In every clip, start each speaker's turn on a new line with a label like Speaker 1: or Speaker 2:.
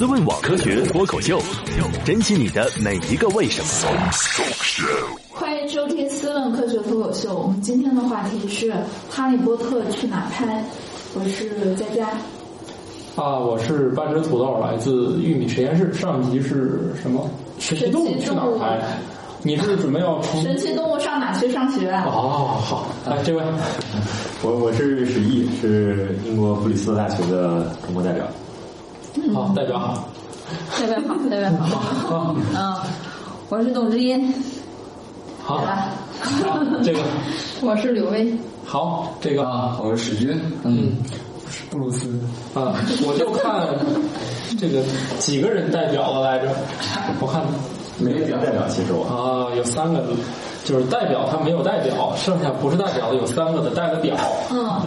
Speaker 1: 思问网科学脱口秀，珍惜你的每一个为什么。
Speaker 2: 欢迎收听《思问科学脱口秀》，我们今天的话题是《哈利波特去哪儿拍》，我是佳佳。
Speaker 3: 啊，我是半只土豆，来自玉米实验室。上一集是什么？神奇动物去哪儿拍？你是准备要重？
Speaker 2: 神奇动物上哪去上
Speaker 4: 啊
Speaker 2: 学？
Speaker 3: 哦，好，来这位，
Speaker 5: 我我是史毅，是英国普利斯特大学的中国代表。
Speaker 3: 好代表啊好。
Speaker 4: 这位好，这位好。嗯，我是董之音，
Speaker 3: 好，好啊这个
Speaker 4: 我是柳薇。
Speaker 3: 好，这个啊，
Speaker 6: 我是史军，嗯，我是布鲁斯，
Speaker 3: 我就看这个几个人代表了来着，我看
Speaker 5: 没有代表，其实我
Speaker 3: 啊，有三个，就是代表他没有代表，剩下不是代表的有三个的代了表。
Speaker 4: 啊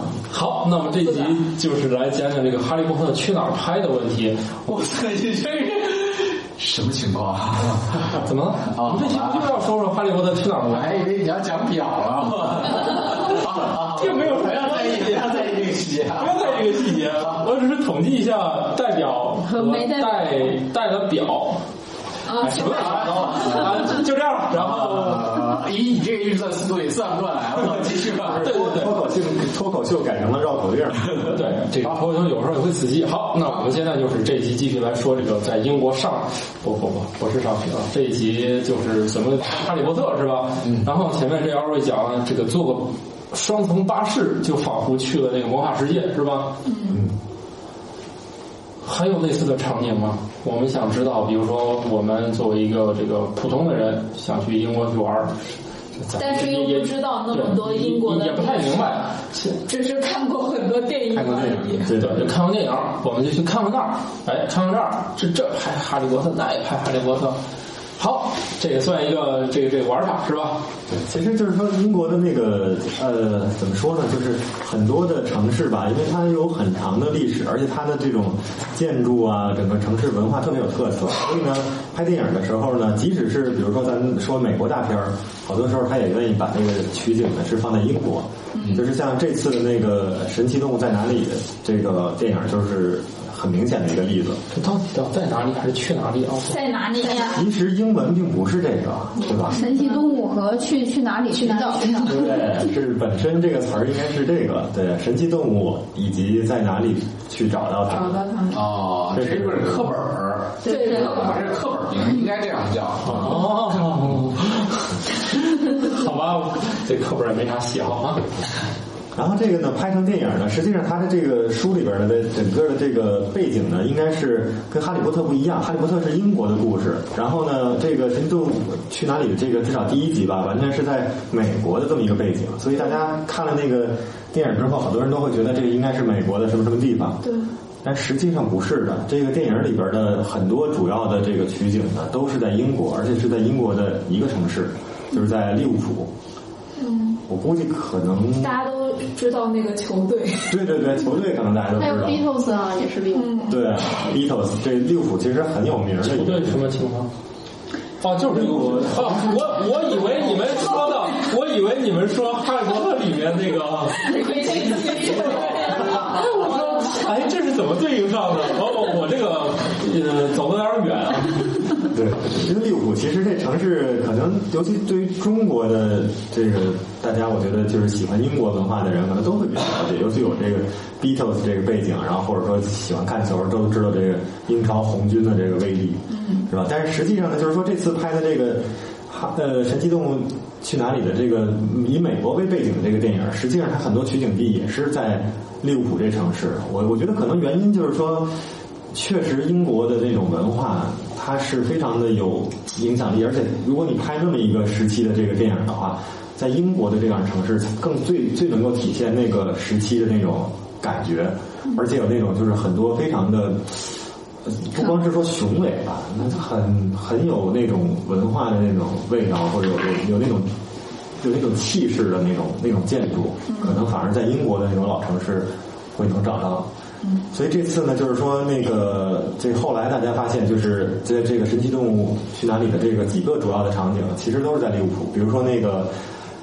Speaker 2: 嗯，
Speaker 3: 好，那么这集就是来讲讲这个《哈利波特》去哪儿拍的问题。哇塞，你这是
Speaker 6: 什么情况啊？
Speaker 3: 怎么了？我们这期不就要说说《哈利波特》去哪儿
Speaker 6: 我
Speaker 3: 拍？
Speaker 5: 哎
Speaker 6: 还以为你要讲表
Speaker 5: 啊
Speaker 6: 了，
Speaker 3: 这没有什么
Speaker 6: 不要在意，不要在意这个细节啊
Speaker 3: 不。用在意这个细节了，我只是统计一下代表和
Speaker 4: 没代表
Speaker 3: 代代了表。
Speaker 2: 啊，
Speaker 3: 哎什么来着啊，就就这样吧。然后
Speaker 6: 呃，以你这个预算思路也算不过
Speaker 5: 啊
Speaker 6: 来，我继续吧。
Speaker 3: 对对对
Speaker 5: 脱口秀脱口秀改成了绕口令。
Speaker 3: 对，这个脱口秀有时候也会死记。好，那我们现在就是这一集继续来说这个在英国上，不不不，不是上学啊，这一集就是什么哈利波特是吧？然后前面这二位讲了这个坐个双层巴士，就仿佛去了那个魔法世界是吧？
Speaker 2: 嗯，
Speaker 3: 还有类似的场景吗？我们想知道，比如说我们作为一个这个普通的人，想去英国去玩儿。咱
Speaker 2: 但是又
Speaker 3: 也
Speaker 2: 不知道那么多
Speaker 3: 对
Speaker 2: 英国的
Speaker 3: 也不太明白，
Speaker 2: 只是看过很多电影啊
Speaker 4: 哎
Speaker 2: 而已。
Speaker 5: 对
Speaker 3: 对，就看完电影，我们就去看看那儿，哎，看看那儿，这这拍哈利波特，那也拍哈利波特，好，这也算一个这个这个玩法是吧？
Speaker 5: 其实就是说，英国的那个呃，怎么说呢？就是很多的城市吧，因为它有很长的历史，而且它的这种建筑啊，整个城市文化特别有特色。所以呢，拍电影的时候呢，即使是比如说咱们说美国大片儿，好多时候他也愿意把那个取景呢是放在英国。就是像这次的那个《神奇动物在哪里》这个电影，就是很明显的一个例子。
Speaker 3: 这到底到在哪里还是去哪里啊？
Speaker 2: 在哪里呀？
Speaker 5: 其实英文并不是这个，对吧？
Speaker 4: 神奇动物和去去哪里寻找？
Speaker 5: 对，是本身这个词儿应该是这个，对，神奇动物以及在哪里去找到
Speaker 2: 找
Speaker 5: 它。
Speaker 2: 到他们。
Speaker 6: 哦，这是本课本儿，
Speaker 2: 对对
Speaker 6: 我把这课本儿名应该这样叫。
Speaker 3: 哦， 好吧，这课本也没啥写好啊。
Speaker 5: 然后这个呢，拍成电影呢，实际上它的这个书里边的整个的这个背景呢，应该是跟《哈利波特》不一样，《哈利波特》是英国的故事。然后呢，这个《神奇动物去哪里》的这个至少第一集吧，完全是在美国的这么一个背景，所以大家看了那个电影之后，好多人都会觉得这个应该是美国的什么什么地方。
Speaker 2: 对，
Speaker 5: 但实际上不是的，这个电影里边的很多主要的这个取景呢，都是在英国，而且是在英国的一个城市，就是在利物浦。
Speaker 2: 嗯，
Speaker 5: 我估计可能，
Speaker 2: 大家都知道那个球队。
Speaker 5: 对对对，球队可能大家都
Speaker 7: 还有
Speaker 5: 知道。
Speaker 7: Beatles 啊，也是 Beatles。
Speaker 2: 嗯，
Speaker 5: 对，Beatles 啊这利物浦其实很有名的
Speaker 3: 不
Speaker 5: 一
Speaker 3: 对
Speaker 5: 个，
Speaker 3: 什么情况？哦，就是这个我哦， 我我以为你们说 的，我以为你们说《哈利波特》里面那个，啊 我说哎，这是怎么对应上的？哦，我我这个呃走的有点远啊。
Speaker 5: 对，因为利物浦其实这城市可能，尤其对于中国的这个大家，我觉得就是喜欢英国文化的人，可能都会比较了解，尤其有这个 Beatles 这个背景，然后或者说喜欢看球，都知道这个英超红军的这个威力，嗯，是吧？但是实际上呢，就是说这次拍的这个。哈呃，神奇动物去哪里的这个以美国为背景的这个电影，实际上它很多取景地也是在利物浦这城市。我我觉得可能原因就是说，确实英国的这种文化它是非常的有影响力，而且如果你拍那么一个时期的这个电影的话，在英国的这样城市更最最能够体现那个时期的那种感觉，而且有那种就是很多非常的。呃不光是说雄伟吧，那很很有那种文化的那种味道，或者有有有那种有那种气势的那种那种建筑，可能反而在英国的那种老城市会能找到。所以这次呢，就是说那个这后来大家发现，就是这这个神奇动物去哪里的这个几个主要的场景，其实都是在利物浦，比如说那个。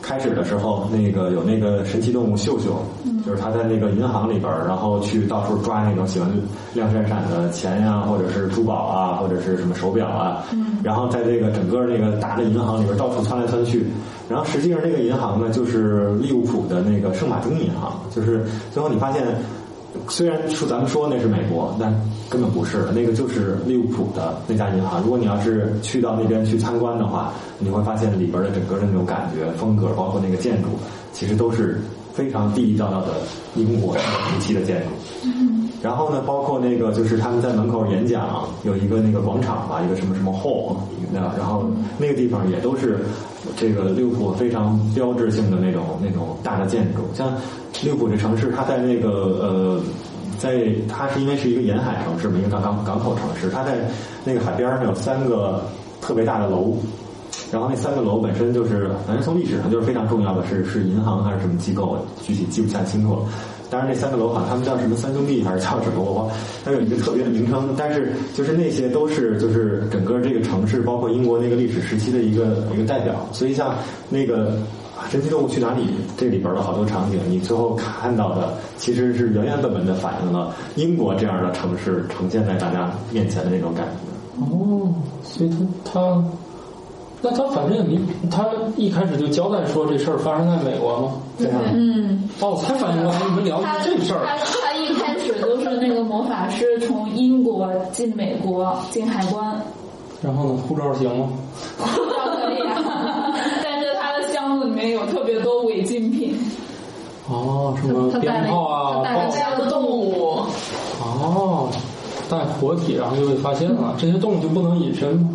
Speaker 5: 开始的时候，那个有那个神奇动物秀秀，就是他在那个银行里边儿，然后去到处抓那种喜欢亮闪闪的钱呀、或者是珠宝啊，或者是什么手表啊，然后在这个整个那个大的银行里边儿到处窜来窜去。然后实际上那个银行呢，就是利物浦的那个圣马丁银行，就是最后你发现。虽然说咱们说那是美国，但根本不是，那个就是利物浦的那家银行。如果你要是去到那边去参观的话，你会发现里边的整个的那种感觉、风格，包括那个建筑，其实都是非常地地道道的英国时期的建筑。然后呢，包括那个就是他们在门口演讲，有一个那个广场吧，一个什么什么 hall，那然后那个地方也都是这个利物浦非常标志性的那种那种大的建筑。像利物浦这城市，它在那个呃，在它是因为是一个沿海城市嘛，一个港港港口城市，它在那个海边上有三个特别大的楼，然后那三个楼本身就是，反正从历史上就是非常重要的是，是银行还是什么机构，具体记不太清楚了。当然，那三个楼好像他们叫什么三兄弟还是叫什么，我忘了，它有一个特别的名称。但是就是那些都是就是整个这个城市，包括英国那个历史时期的一个一个代表。所以像那个《神奇动物去哪里》这里边的好多场景，你最后看到的其实是原原本本的反映了英国这样的城市呈现在大家面前的那种感觉。
Speaker 3: 哦，所以他他，那他反正你他一开始就交代说这事儿发生在美国吗？
Speaker 5: 对啊，
Speaker 4: 嗯，
Speaker 3: 哦，我才反应过来你们聊
Speaker 2: 他
Speaker 3: 哦这事儿
Speaker 2: 他他一开始就是那个魔法师从英国进美国进海关，
Speaker 3: 然后呢，护照行吗？
Speaker 2: 可以啊，但是他的箱子里面有特别多违禁品，
Speaker 3: 哦，什么
Speaker 4: 他带
Speaker 3: 鞭
Speaker 4: 了
Speaker 3: 炮啊，
Speaker 4: 他带了
Speaker 3: 爆
Speaker 4: 这样的动物，
Speaker 3: 哦，带活体然后就被发现了，这些动物就不能隐身吗？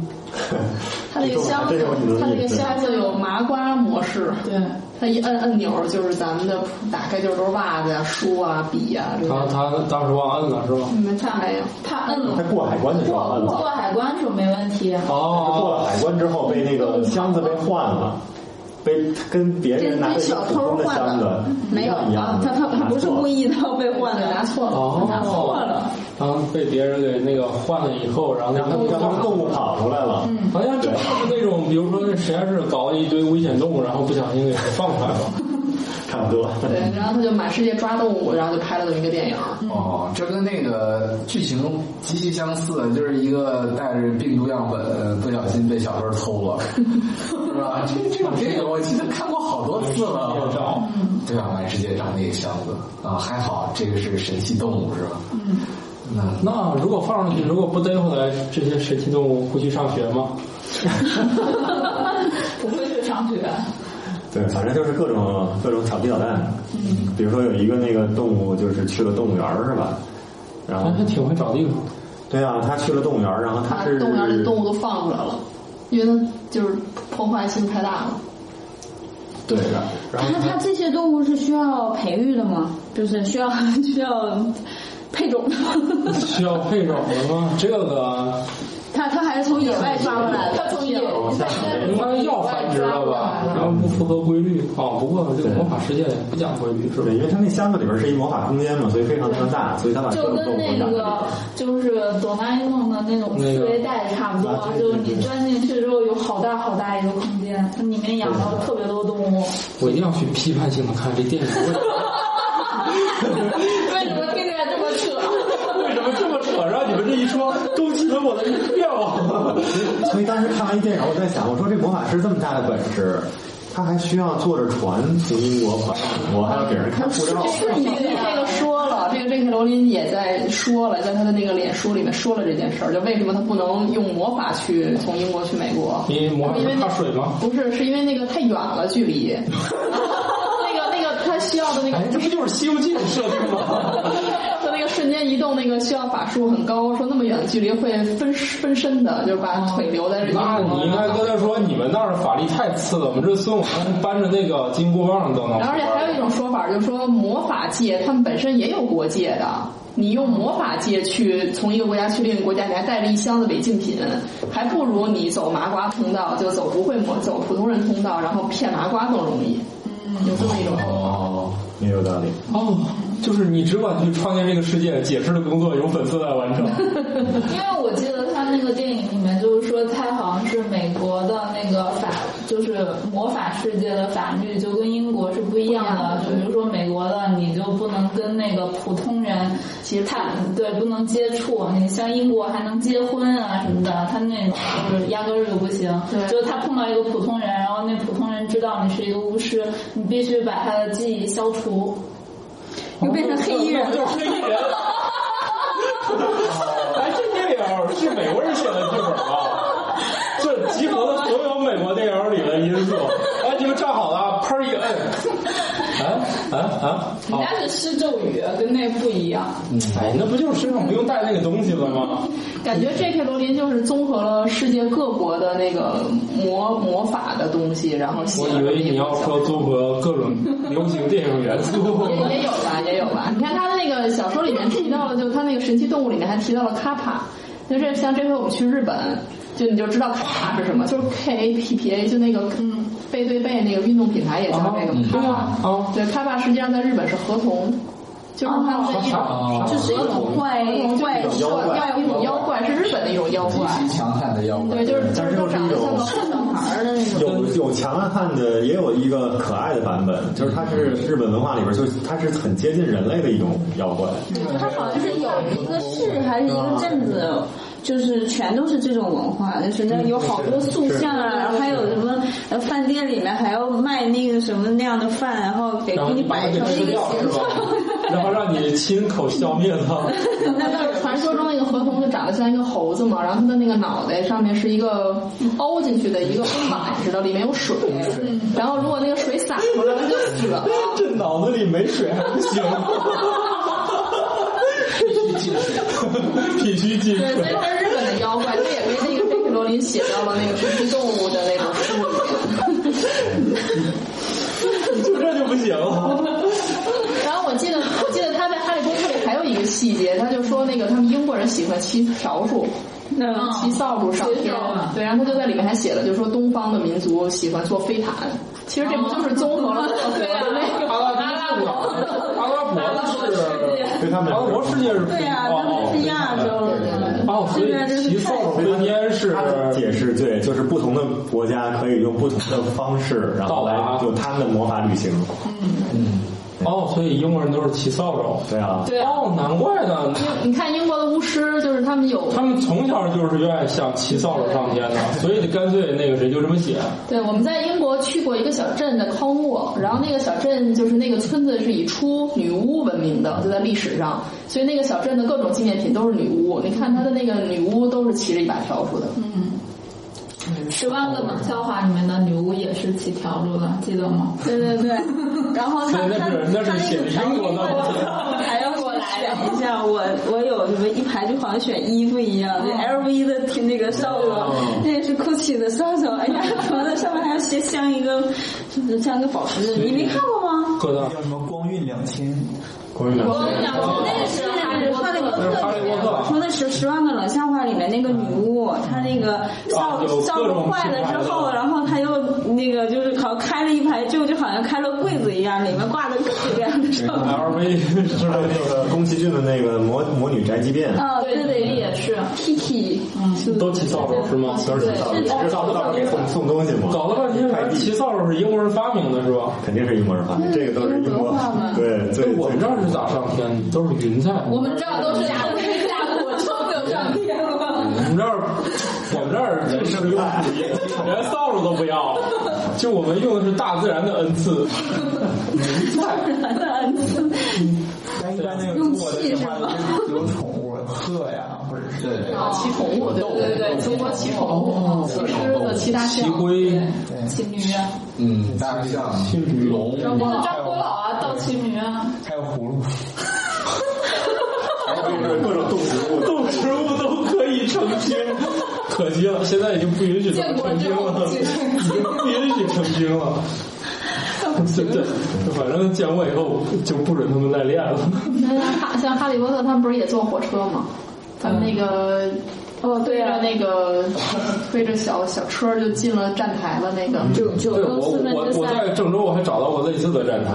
Speaker 7: 它那个箱
Speaker 5: 这
Speaker 7: 子
Speaker 5: 个我只能，
Speaker 7: 它那
Speaker 5: 理
Speaker 7: 个
Speaker 5: 解
Speaker 7: 箱子有麻瓜模式，
Speaker 2: 对，
Speaker 7: 它一摁按钮就是咱们的，打开就是都是袜子呀、书啊、笔呀这些。
Speaker 3: 他他当时忘摁了是吧？
Speaker 7: 没看没有，
Speaker 2: 他嗯摁了
Speaker 5: 在过海关的时候
Speaker 2: 过
Speaker 5: 摁了
Speaker 2: 过。海关的时候没问题，啊
Speaker 5: 过
Speaker 3: 哦，
Speaker 5: 了海关之后，被那个箱子被换了，被跟别人拿着一个普通的箱子
Speaker 4: 没有
Speaker 5: 一样
Speaker 4: 啊，
Speaker 5: 的
Speaker 4: 他他他不是故意的被换的，
Speaker 7: 拿错了。
Speaker 3: 哦，
Speaker 4: 拿错了，
Speaker 3: 然后被别人给那个换了以后，然后
Speaker 5: 让他们让他们动物跑出来了。
Speaker 3: 好像这就是那种，比如说那实验室搞了一堆危险动物，然后不小心给放出来 了。
Speaker 5: 差不多。
Speaker 7: 对，然后他就满世界抓动物，然后就拍了这么一个电影。
Speaker 6: 哦，这跟那个剧情极其相似，就是一个带着病毒样本，不小心被小偷偷了，是吧？这这种电影我记得看过好多次了，
Speaker 3: 满世界找
Speaker 6: 对吧？满世界找那个箱子啊，还好这个是神奇动物是吧？嗯，那
Speaker 3: 那如果放上去，如果不逮回来，这些神奇动物会去上学吗？
Speaker 2: 不会去啊上学，
Speaker 5: 对，反正就是各种各种调皮捣蛋。嗯，比如说有一个那个动物就是去了动物园儿是吧？然后
Speaker 3: 哎那还挺会找地方。
Speaker 5: 对啊，他去了动物园儿，然后他
Speaker 7: 把
Speaker 5: 是
Speaker 7: 动物园里的动物都放出来了，因为它就是破坏性太大了。
Speaker 5: 对的，然后
Speaker 4: 那它这些动物是需要培育的吗？就是需要需要配种的吗？
Speaker 3: 需要配种的吗？这个
Speaker 4: 它它还是从野外抓过来的，
Speaker 2: 他从野
Speaker 5: 往下面
Speaker 3: 应该要繁殖了吧？然后不符合规律哦。不过这个魔法世界也不讲规律，是吧
Speaker 5: 对，？因为他那箱子里边是一魔法空间嘛，所以非常非常大，所以他把各
Speaker 2: 就
Speaker 5: 种动
Speaker 2: 跟
Speaker 5: 物
Speaker 2: 那
Speaker 5: 都
Speaker 2: 个
Speaker 5: 打。
Speaker 2: 就是哆啦 A 梦的那种思维袋差不
Speaker 5: 那
Speaker 2: 多，
Speaker 5: 个
Speaker 2: 就是你钻进去之后有好大好大一个空间，它里面养了特别多动物。
Speaker 3: 我一定要去批判性的看这电影。
Speaker 2: 为什么听起来这么扯？
Speaker 3: 为什么这么扯？让你们这一说，勾起了我的愿 望。
Speaker 5: 所以当时看完一电影，我在想，我说这魔法师这么大的本事，他还需要坐着船从英国跑到美国，还要给人看护照。
Speaker 7: 这 个这个说了，这个 J.K. 罗琳也在说了，在他的那个脸书里面说了这件事儿，就为什么他不能用魔法去从英国去美国？
Speaker 3: 因为魔法师怕水吗？
Speaker 7: 不是，是因为那个太远了距离， 那个那个他需要的那个
Speaker 3: 哎，这不就是《西游记》的设定吗？
Speaker 7: 他那个瞬间移动那个需要法术很高，说那么远的距离会分分身的，就是把腿留在这里。
Speaker 3: 那你应该跟他说，你们那儿法力太次了，我们这孙悟空搬着那个金箍棒都能。
Speaker 7: 然后而且还有一种说法，就是说魔法界他们本身也有国界的，你用魔法界去从一个国家去另一个国家，你还带着一箱子违禁品，还不如你走麻瓜通道，就走不会魔走普通人通道，然后骗麻瓜更容易。有这么一种说法。
Speaker 6: 哦，
Speaker 5: 也有道理。
Speaker 3: 哦，就是你只管去创建这个世界，解释的工作由粉丝来完成。
Speaker 2: 因为我记得他那个电影里面就是说，他好像是美国的那个法，就是魔法世界的法律就跟英国是不一样的，就比如说美国的，你就不能跟那个普通人
Speaker 7: 接触
Speaker 2: 他对，不能接触。啊你像英国还能结婚啊什么的，他那种就是压根儿就不行。
Speaker 7: 对
Speaker 2: 就是他碰到一个普通人，然后那普通人知道你是一个巫师，你必须把他的记忆消除。哦
Speaker 4: 又变成黑衣人了。
Speaker 3: 黑衣人。哎，这电影是美国人写的剧本吧？这集合了所有美国电影里的因素。哎，你们站好了，砰一摁。啊啊啊！好，
Speaker 7: 人家是施咒语，跟那不一样。
Speaker 3: 哎，那不就是身上不用带那个东西了吗？
Speaker 7: 感觉 J.K. 罗琳就是综合了世界各国的那个魔魔法的东西，然后写
Speaker 3: 我
Speaker 7: 了
Speaker 3: 以为
Speaker 7: 这
Speaker 3: 你
Speaker 7: 部
Speaker 3: 要
Speaker 7: 小
Speaker 3: 说综合各种流行电影元素。
Speaker 7: 也也有吧，也有吧。你看他的那个小说里面提到了，就他那个神奇动物里面还提到了卡帕，就是像这回我们去日本，就你就知道卡帕是什么，就是 K A P P A，就那个嗯背对背那个运动品牌也叫这个
Speaker 3: 对
Speaker 7: 卡
Speaker 3: 啊，
Speaker 7: 帕。
Speaker 3: 啊，
Speaker 7: 对，卡帕实际上在日本是合同，就是他们的一种。
Speaker 3: 啊
Speaker 4: 就是一种怪怪
Speaker 7: 怪兽，哦要有一种妖怪，是日本的一种妖
Speaker 6: 极
Speaker 7: 怪。
Speaker 6: 其强悍的妖怪。
Speaker 7: 对，就是就
Speaker 5: 但
Speaker 7: 是
Speaker 5: 是又
Speaker 7: 都
Speaker 5: 是
Speaker 7: 长
Speaker 5: 一
Speaker 7: 得像
Speaker 5: 种
Speaker 7: 个小 男孩儿的那种。
Speaker 5: 有有强悍的，也有一个可爱的版本，就是它是日本文化里边，就是它是很接近人类的一种妖怪。
Speaker 4: 它好像是有一个市还是一个镇子，就是全都是这种文化，就是那有好多塑像啊，然后还有什么呃饭店里面还要卖那个什么那样的饭，然后给
Speaker 3: 然后
Speaker 4: 给
Speaker 3: 你
Speaker 4: 你
Speaker 3: 把它
Speaker 4: 摆
Speaker 3: 给
Speaker 4: 成
Speaker 3: 吃
Speaker 4: 一个
Speaker 3: 掉是
Speaker 4: 形
Speaker 3: 吧
Speaker 4: 状。？
Speaker 3: 然后让你亲口消灭它。
Speaker 7: 那就是传说中那个河童就长得像一个猴子嘛，然后它的那个脑袋上面是一个凹进去的一个跟碗似的，里面有水，然后如果那个水洒出来，它就死了。
Speaker 3: 这脑子里没水还不行， 必须进水，必须进
Speaker 7: 对，所以
Speaker 3: 水。
Speaker 7: 它是日本的妖怪，这也被那个 J.K. 罗琳写到了那个神奇动物的那种书里面。
Speaker 3: 就这就不行了。
Speaker 7: 然后我记得，我记得他在《哈利波特》里还有一个细节，他就说那个他们英国人喜欢骑笤帚，
Speaker 4: 嗯
Speaker 7: 骑扫帚上天。对，然后他就在里面还写了，就说东方的民族喜欢做飞毯。其实这不就是综合了各国的那 个？
Speaker 3: 阿拉伯，阿拉伯是，
Speaker 5: 对他们
Speaker 3: 阿
Speaker 5: 来
Speaker 3: 拉
Speaker 5: 说
Speaker 3: 伯世界是
Speaker 4: 对呀、他们这是亚洲的，
Speaker 3: 哦，所以骑扫帚飞天是呃
Speaker 5: 他的解释对，就是不同的国家可以用不同的方式，然后来有他们的魔法旅行。
Speaker 3: 哦，所以英国人都是骑扫帚。
Speaker 5: 对啊，
Speaker 7: 对啊
Speaker 3: 哦，难怪呢，
Speaker 7: 你看英国的巫师，就是他们有。
Speaker 3: 他们从小就是愿意想骑扫帚上天的，所以干脆那个谁就这么写。
Speaker 7: 对，我们在英国去过一个小镇的康沃，然后那个小镇就是那个村子是以出女巫闻名的，就在历史上，所以那个小镇的各种纪念品都是女巫。你看它的那个女巫都是骑着一把笤帚的，
Speaker 2: 十万个冷笑话里面的女巫也是骑笤帚的，记得吗？
Speaker 4: 对对对。然后他
Speaker 3: 所以那
Speaker 4: 他
Speaker 3: 是那是写的英国的。
Speaker 4: 哦还要我来选一下，我我有什么一排就好像选衣服一样，就 LV 的挺那个扫帚，那也是 GUCCI 的扫帚，哎呀，什么的上面还要写像一个像一个宝石，你没看过吗？
Speaker 3: 搁那
Speaker 8: 叫什么光晕两千，
Speaker 5: 光晕两
Speaker 4: 那个是哈利波特里面，我说的是《十万个冷笑话》里面那个女巫，她那个
Speaker 3: 啊
Speaker 4: 扫
Speaker 3: 有
Speaker 4: 扫
Speaker 3: 各
Speaker 4: 帚
Speaker 3: 种
Speaker 4: 坏了之后，然后她又那个就是好像开了一排之后，就好像开了柜子一样，里面挂的各种各样的扫帚。
Speaker 3: LV 是吧？
Speaker 5: 那个宫崎骏的那个魔魔女宅急便，
Speaker 4: 啊，对对对，
Speaker 2: 哦也是。嗯
Speaker 4: Kiki，
Speaker 3: 都骑扫帚是吗？
Speaker 5: 都是扫帚，这扫帚到时候给送送东西嘛，
Speaker 3: 搞了半天，反正骑扫帚是英国人发明的，是吧？
Speaker 5: 肯定是英国人发明，这个都是嗯英国。对，最
Speaker 3: 对，我们这儿是咋上天的？都是云彩。我
Speaker 7: 们这儿都是假的，假的，我真没有上天。
Speaker 3: 们这儿，我们这儿人是用不一样连扫帚都不要，就我们用的是大自然的恩赐。
Speaker 8: 但一般那个中国的神话就是有宠物鹤呀，或者是
Speaker 6: 对
Speaker 7: 啊，骑宠物，
Speaker 2: 哦
Speaker 7: 对对对对，中国骑宠物，骑狮子、骑大象，
Speaker 3: 哦骑龟，
Speaker 2: 骑驴啊，
Speaker 6: 嗯，大象、龙，
Speaker 2: 那个张国老啊，倒骑驴啊，
Speaker 8: 还有葫 芦，
Speaker 5: 还有就是各种动植物，
Speaker 3: 动植物都可以成精，可惜了，现在已经不允许他们成精了，已经不允许成精了。对对，反正见过以后就不准他们再练了。
Speaker 7: 那哈像哈利波特他们不是也坐火车吗？他们那个。哦，对着那个 推着小小车儿就进了站台了，那个
Speaker 2: 嗯
Speaker 4: 九九
Speaker 3: 对
Speaker 4: 更
Speaker 3: 我
Speaker 4: 四分
Speaker 3: 我
Speaker 4: 之
Speaker 3: 我
Speaker 4: 三。
Speaker 3: 在郑州我还找到过类似的站台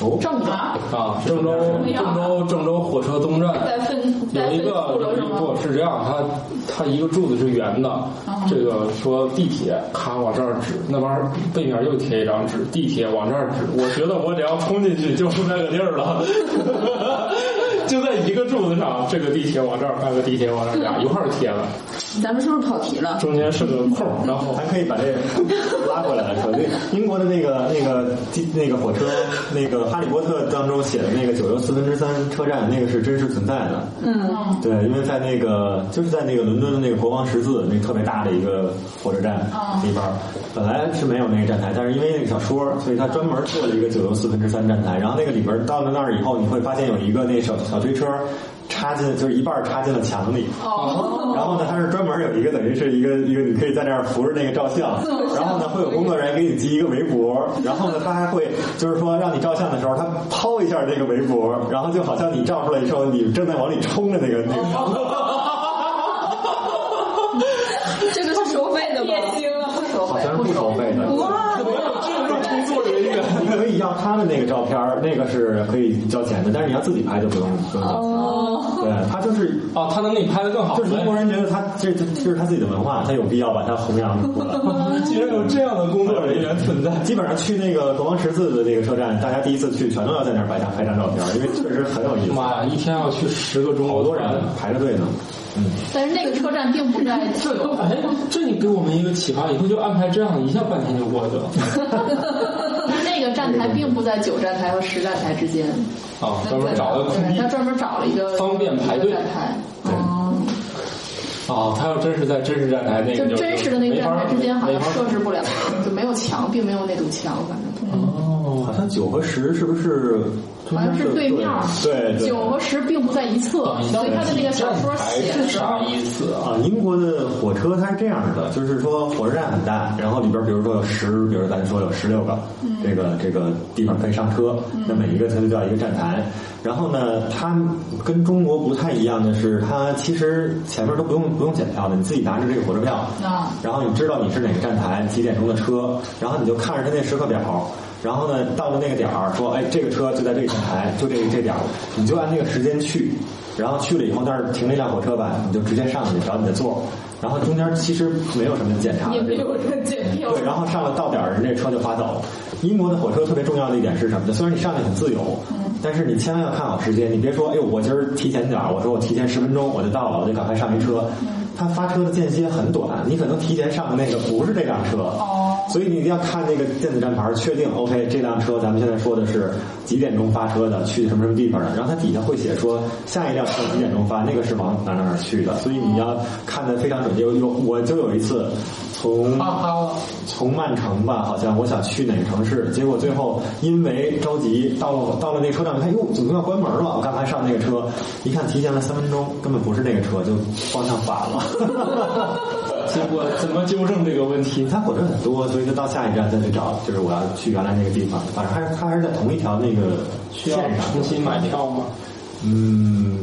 Speaker 5: 哦，
Speaker 7: 正着。
Speaker 3: 啊，郑州郑州郑州火车东站
Speaker 2: 在分在
Speaker 3: 有一
Speaker 2: 分
Speaker 3: 个
Speaker 2: 处
Speaker 3: 有
Speaker 2: 了是
Speaker 3: 一
Speaker 2: 吗？
Speaker 3: 个是这样，它它一个柱子是圆的，这个说地铁咔往这儿指，那玩意儿背面又贴一张纸，地铁往这儿指，我觉得我只要冲进去就是那个地儿了， 就在一个柱子上，这个地铁往这儿，那个地铁往这儿，俩一块儿贴了，
Speaker 4: 咱们是不是跑题了？
Speaker 3: 中间是个空儿，然后
Speaker 5: 咱可以把这个拉过来说，那英国的那个那个那个火车，那个《哈利波特》当中写的那个九又四分之三车站，那个是真实存在的。
Speaker 4: 嗯，
Speaker 5: 对，因为在那个就是在那个伦敦的那个国王十字那特别大的一个火车站里边儿，本来是没有那个站台，但是因为那个小说，所以他专门做了一个九又四分之三站台。然后那个里边儿到了那儿以后，你会发现有一个那小小推车插进，就是一半儿插进了墙里。
Speaker 7: 哦，
Speaker 5: 然后呢，它是专门有一个等于是一个一个，你可以在那儿扶着那个照相，然后呢会有工作人员给你系一个围脖，然后呢他还会就是说让你照相的时候，他抛一下这个围脖，然后就好像你照出来之后，你正在往里冲的那个那个。
Speaker 4: 这个是收费的吗？
Speaker 5: 好像是不收费的，你可以要他的那个照片儿，那个是可以交钱的，但是你要自己拍就不用不用交钱。
Speaker 2: 嗯
Speaker 4: 哦，
Speaker 5: 对他就是
Speaker 3: 啊，他能给你拍的更好
Speaker 5: 就是英国
Speaker 3: 了。
Speaker 5: 人觉得他这这这是他自己的文化，他有必要把它弘扬出来。
Speaker 3: 居然有这样的工作人员存在，
Speaker 5: 基本上去那个国王十字的那个车站，大家第一次去全都要在那儿拍张拍张照片，因为确实很有意思，
Speaker 3: 妈呀，一天要去十个中国
Speaker 5: 好多人排着队呢。
Speaker 7: 但是那个车站并不在
Speaker 3: 这个哎，这你给我们一个启发，以后就安排这样，一下半天就过去 了。
Speaker 7: 那个站台并不在九站台和十站台之间，
Speaker 3: 啊，专门找个空
Speaker 7: 对
Speaker 3: 地
Speaker 7: 他专门找了一个
Speaker 3: 方便排队
Speaker 7: 一个站台。
Speaker 5: 对
Speaker 3: 啊，
Speaker 7: 哦，
Speaker 3: 他要真是在真实站台那
Speaker 7: 就
Speaker 3: 个，
Speaker 7: 真实的那个
Speaker 3: 没
Speaker 7: 站
Speaker 3: 法
Speaker 7: 台之间好像
Speaker 3: 没法
Speaker 7: 设置不了，就没有墙，并没有那堵墙，反正嗯
Speaker 5: 好像九和十是不是？
Speaker 7: 好像是对面儿
Speaker 5: 对
Speaker 3: 哎
Speaker 5: 对。
Speaker 7: 九和十并不在一侧，
Speaker 3: 哦
Speaker 7: 所以他的那个小说写
Speaker 3: 是
Speaker 7: 的时
Speaker 3: 啥
Speaker 7: 候，
Speaker 3: 意思啊？
Speaker 5: 啊，英国的火车它是这样的，就是说火车站很大，然后里边比如说有十，比如咱说有十六个，
Speaker 7: 嗯
Speaker 5: 这个这个地方可以上车，那每一个它就叫一个站台。然后呢，它跟中国不太一样的是，它其实前面都不用不用检票的，你自己拿着这个火车票，
Speaker 2: 啊
Speaker 5: 然后你知道你是哪个站台几点钟的车，然后你就看着它那时刻表。然后呢，到了那个点儿，说，哎，这个车就在这个站台，就这个这点儿，你就按那个时间去，然后去了以后那儿停了一辆火车吧，你就直接上去找你的座儿，然后中间其实没有什么检查的，这个
Speaker 2: 人检票
Speaker 5: 对，然后上了到点儿，人这车就发走了。英国的火车特别重要的一点是什么呢？虽然你上去很自由，但是你千万要看好时间，你别说，哎呦，我今儿提前点儿，我说我提前十分钟我就到了，我就赶快上一车。它发车的间歇很短，你可能提前上的那个不是这辆车，所以你一定要看那个电子站牌，确定 OK 这辆车咱们现在说的是几点钟发车的，去什么什么地方的，然后它底下会写说下一辆车几点钟发，那个是往哪儿哪儿哪儿去的，所以你要看的非常准确。有有，我就有一次从从曼城吧，好像我想去哪个城市，结果最后因为着急，到了到了那个车站，我看哟，怎么要关门了？我刚才上那个车，一看提前了三分钟，根本不是那个车，就方向反了。
Speaker 3: 结果怎么纠正这个问题？
Speaker 5: 它火车很多，所以就到下一站再去找，就是我要去原来那个地方。反正还是它还是在同一条那个
Speaker 3: 需
Speaker 5: 线
Speaker 3: 要
Speaker 5: 上。
Speaker 3: 重新买票吗？
Speaker 5: 嗯，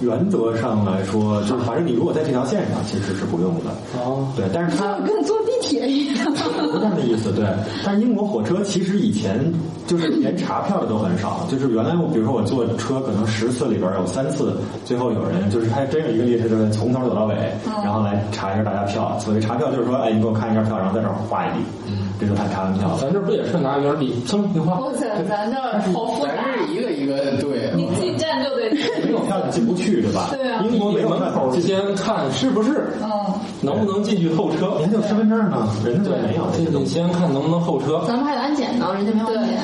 Speaker 5: 原则上来说，就是反正你如果在这条线上，其实是不用的。
Speaker 3: 哦，
Speaker 5: 对，但是它
Speaker 4: 跟坐地铁一样。
Speaker 5: 不是那意思，对。但是英国火车其实以前就是连查票的都很少，就是原来我比如说我坐车，可能十次里边有三次，最后有人就是他真有一个列车就是从头走到尾，
Speaker 2: 嗯
Speaker 5: 然后来查一下大家票。所谓查票就是说，哎，你给我看一下票，然后在这儿画一笔，这就算查完票了。
Speaker 3: 啊咱这不也是拿圆笔蹭一
Speaker 7: 哦
Speaker 3: 画？
Speaker 2: 哇塞，咱这儿好复
Speaker 6: 咱
Speaker 2: 杂，
Speaker 6: 是一个一个对，
Speaker 2: 你进站就得
Speaker 5: 没有票你进不去，对吧？
Speaker 2: 对啊
Speaker 5: 英国没有票
Speaker 3: 门口
Speaker 5: 进
Speaker 3: 之间看是不是
Speaker 7: 哦
Speaker 2: 嗯，
Speaker 3: 能不能进去候车
Speaker 5: 你？还得有身份证呢，人家就没有这
Speaker 3: 这
Speaker 5: 些东
Speaker 3: 得
Speaker 5: 西。
Speaker 3: 先看能不能候车。
Speaker 7: 咱们还得安检呢，人家没有安检。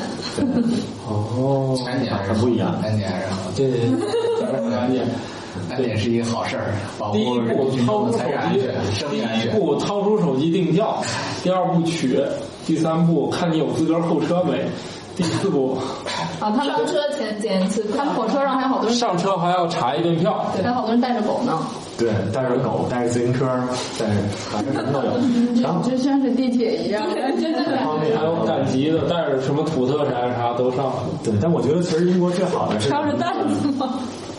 Speaker 3: 哦，
Speaker 6: 安检还是哎
Speaker 5: 不一样
Speaker 6: 安检还是好，
Speaker 3: 这
Speaker 7: 嗯
Speaker 3: 咱这很关键。
Speaker 6: 安检是一个好事儿，保
Speaker 3: 第一
Speaker 6: 护人
Speaker 3: 步
Speaker 6: 民群
Speaker 3: 掏
Speaker 6: 众
Speaker 3: 出
Speaker 6: 财产
Speaker 3: 手
Speaker 6: 安
Speaker 3: 机
Speaker 6: 全、，生
Speaker 3: 第
Speaker 6: 命安
Speaker 3: 一
Speaker 6: 全。
Speaker 3: 步掏出手机订票，第二步取，第三步看你有资格候车没，第四 步
Speaker 7: 啊，他
Speaker 2: 上
Speaker 7: 们
Speaker 2: 车前检一次票
Speaker 7: 他们火车上还有好多人，
Speaker 3: 上车还要查一遍票。
Speaker 7: 还有好多人带着狗呢。
Speaker 5: 对，带着狗，带着自行车，带着反正什么都 有。然后
Speaker 4: 就像是地铁一样，真的
Speaker 5: 方便
Speaker 3: 还有赶集的，带着什么土特产啥都上了。
Speaker 5: 对，但我觉得其实英国最好的是
Speaker 4: 挑着担子吗？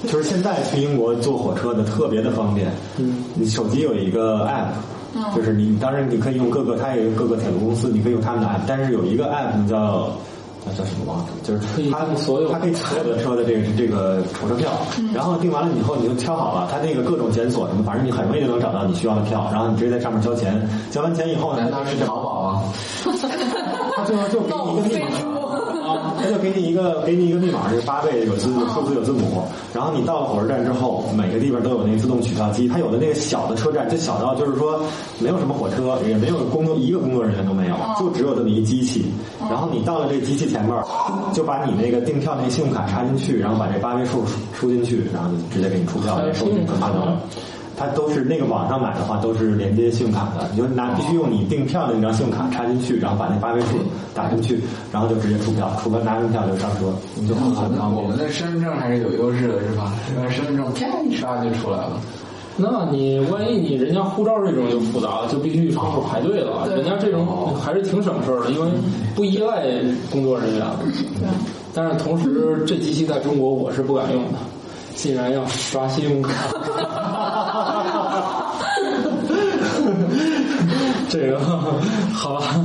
Speaker 5: 就是现在去英国坐火车的特别的方便。嗯，你手机有一个 app，就是你当然你可以用各个，它也有各个铁路公司，你可以用他们的 app，但是有一个 app 叫。那叫什么忘了？就是
Speaker 3: 可以
Speaker 5: 它
Speaker 3: 所有
Speaker 5: 它可以所有的车的这个这个火车票，然后订完了以后你就挑好了，它那个各种检索什么，反正你很容易就能找到你需要的票，然后你直接在上面交钱，交完钱以后呢，
Speaker 6: 难道是淘宝啊？
Speaker 5: 它最后就给你一个密
Speaker 6: 哦
Speaker 5: 码，啊，它就给你一个给你一个密码，是八位有字母数字有字母，然后你到了火车站之后，每个地方都有那个自动取票机，它有的那个小的车站就小到就是说没有什么火车，也没有工作一个工作人员都没有，就只有这么一机器，然后你到了这机器前面儿，就把你那个订票那个信用卡插进去，然后把这八位数输输进去，然后就直接给你出票，也收你的发票。它都是那个网上买的话，都是连接信用卡的，你就拿必须用你订票的那张信用卡插进去，然后把那八位数打进去，然后就直接出票，出完拿完票就上车，你就很
Speaker 6: 我
Speaker 5: 方
Speaker 6: 们我
Speaker 5: 便
Speaker 6: 们。的身份证还是有优势的，是吧？是吧身份证啪一刷就出来了。
Speaker 3: 那你万一你人家护照这种就复杂了，就必须窗口排队了。人家这种还是挺省事儿的，因为不依赖工作人员。但是同时，这机器在中国我是不敢用的，竟然要刷信用卡。这个好吧，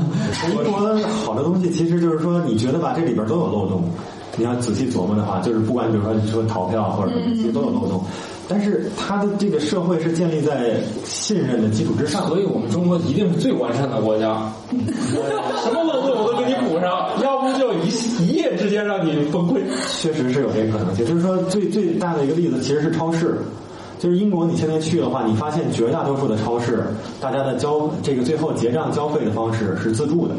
Speaker 5: 中国的好的东西，其实就是说，你觉得吧，这里边都有漏洞。你要仔细琢磨的话，就是不管比如说你说逃票或者什么，其实都有漏洞。但是它的这个社会是建立在信任的基础之上，
Speaker 3: 所以我们中国一定是最完善的国家，什么漏洞我都给你补上，要不就一一夜之间让你崩溃。
Speaker 5: 确实是有这个可能性。就是说最最大的一个例子其实是超市，就是英国你现在去的话，你发现绝大多数的超市，大家的交这个最后结账交费的方式是自助的。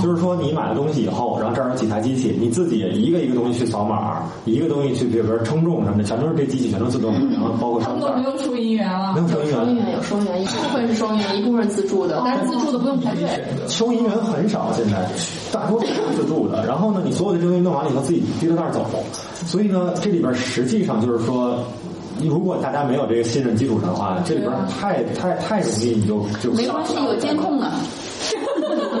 Speaker 5: 就是说，你买了东西以后，然后这儿有几台机器，你自己一个一个东西去扫码，一个东西去，比如说称重什么的，全都是这机器全都自动，然后包括
Speaker 4: 他
Speaker 5: 上
Speaker 4: 们
Speaker 5: 色
Speaker 4: 都没有出银元了
Speaker 5: 没。有
Speaker 7: 有
Speaker 5: 收银
Speaker 7: 双
Speaker 5: 员，
Speaker 7: 元，有双元，一部分是双元，一部分是自助的，但是自助的不用排队。
Speaker 5: 收银员很少，现在大多数是自助的。然后呢，你所有的东西弄完了以后，自己提着袋儿走。所以呢，这里边实际上就是说。如果大家没有这个信任基础的话，这里边太太太容易你就就
Speaker 7: 没关系，有监控呢。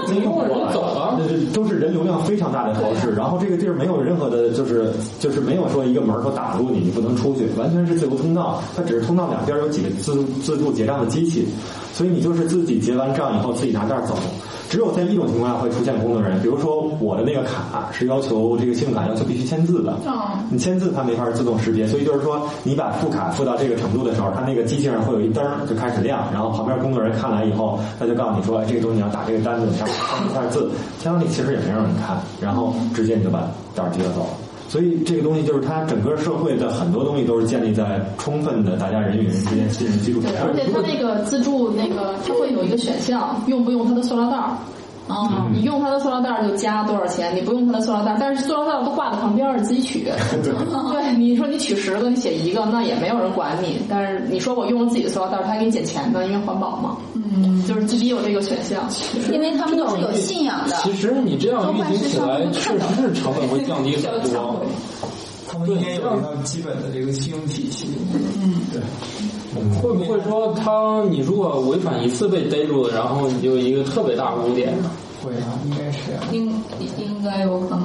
Speaker 5: 监控
Speaker 3: 我走了
Speaker 5: 这这都是人流量非常大的超 市，然后这个地儿没有任何的，就是就是没有说一个门儿说打住你，你不能出去，完全是自由通道，它只是通道两边有几个自自助结账的机器，所以你就是自己结完账以后自己拿袋儿走。只有在一种情况下会出现工作人员，比如说我的那个卡是要求这个信用卡要求必须签字的，
Speaker 2: 嗯
Speaker 7: 哦
Speaker 5: 你签字它没法自动识别，所以就是说你把副卡付到这个程度的时候，它那个机器上会有一灯儿就开始亮，然后旁边工作人员看来以后，他就告诉你说，哎，这个东西你要打这个单子，你上面签一下字，签完了其实也没有人看，然后直接你就把单儿接走了。所以这个东西就是它整个社会的很多东西都是建立在充分的大家人与人之间信任基础之上。
Speaker 7: 而且它那个自助那个，它会有一个选项，用不用它的塑料袋儿。
Speaker 4: 嗯
Speaker 7: 啊、你用它的塑料袋儿就加多少钱，你不用它的塑料袋儿，但是塑料袋儿都挂在旁边儿，你自己取。对，你说你取十个，你写一个，那也没有人管你。但是你说我用了自己的塑料袋儿，他还给你减钱呢，因为环保嘛。嗯，就是自己有这个选项。
Speaker 4: 因为他们都是有信仰的。
Speaker 3: 其实你这样预警起来，确实是成本会降低很多。
Speaker 8: 他们应该有一套基本的这个信用体系。
Speaker 3: 会不会说他你如果违反一次被逮住了，然后你就一个特别大污点？
Speaker 8: 会啊，应该是这样。
Speaker 2: 应应该有可能。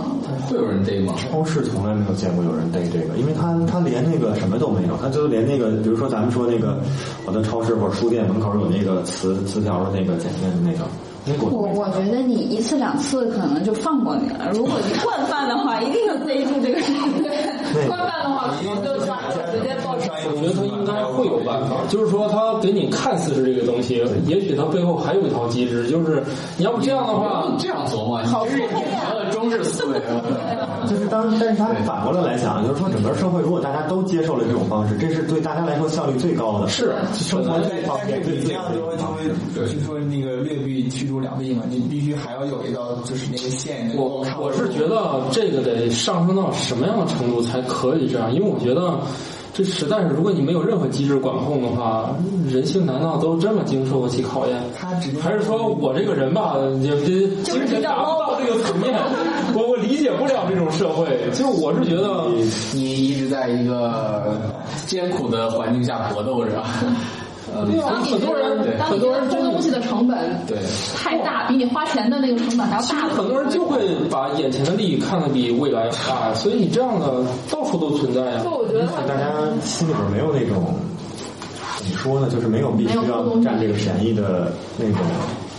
Speaker 6: 会有人逮吗？
Speaker 5: 超市从来没有见过有人逮这个，因为他他连那个什么都没有，他就连那个，比如说咱们说那个，我的超市或者书店门口有那个磁磁条的那个检验的那个，那个
Speaker 4: 我
Speaker 5: 我
Speaker 4: 我觉得你一次两次可能就放过你了，如果你惯犯的话，一定能逮住这个人。
Speaker 5: 那
Speaker 7: 惯
Speaker 5: 个
Speaker 7: 犯的话，可能就抓住直接报警。
Speaker 3: 我觉得他应该会有办法，就是说他给你看似是这个东西，也许他背后还有一套机制，就是你要不这样的话，
Speaker 6: 这样琢磨，你是典型的中式思维了。
Speaker 5: 就是当，但是他反过来来想，就是说整个社会如果大家都接受了这种方式，这是对大家来说效率最高的，
Speaker 3: 是
Speaker 5: 生活最方
Speaker 8: 但
Speaker 5: 便、
Speaker 8: 是
Speaker 5: 最
Speaker 8: 你
Speaker 5: 自
Speaker 8: 这
Speaker 5: 由
Speaker 8: 样
Speaker 5: 的一
Speaker 8: 就会
Speaker 5: 种
Speaker 8: 就
Speaker 5: 方
Speaker 8: 会
Speaker 5: 式。
Speaker 8: 就说那个劣币驱逐良币嘛，你必须还要有一道就是那个线能够
Speaker 3: 我
Speaker 8: 看。
Speaker 3: 我是觉得这个得上升到什么样的程度才可以这样？因为我觉得这实在是，如果你没有任何机制管控的话，人性难道都这么经受得起考验？
Speaker 8: 他只
Speaker 3: 还是说我这个人吧，也也精神达不到这个层面，我我理解不了这种社会。就我是觉得，
Speaker 6: 你一直在一个艰苦的环境下搏斗着，呃，
Speaker 7: 当你
Speaker 3: 啊很多人
Speaker 7: 觉得当你觉得偷东西的成本
Speaker 6: 对，
Speaker 7: 太大，比你花钱的那个成本还要大的时候，
Speaker 3: 很多人就会把眼前的利益看得比未来要大，所以你这样的到处都存在呀、
Speaker 2: 不，我觉
Speaker 7: 得
Speaker 5: 而且大家心里边没有那种怎么说呢，就是没有必须
Speaker 7: 没有
Speaker 5: 要
Speaker 7: 动力
Speaker 5: 占这个便宜的那种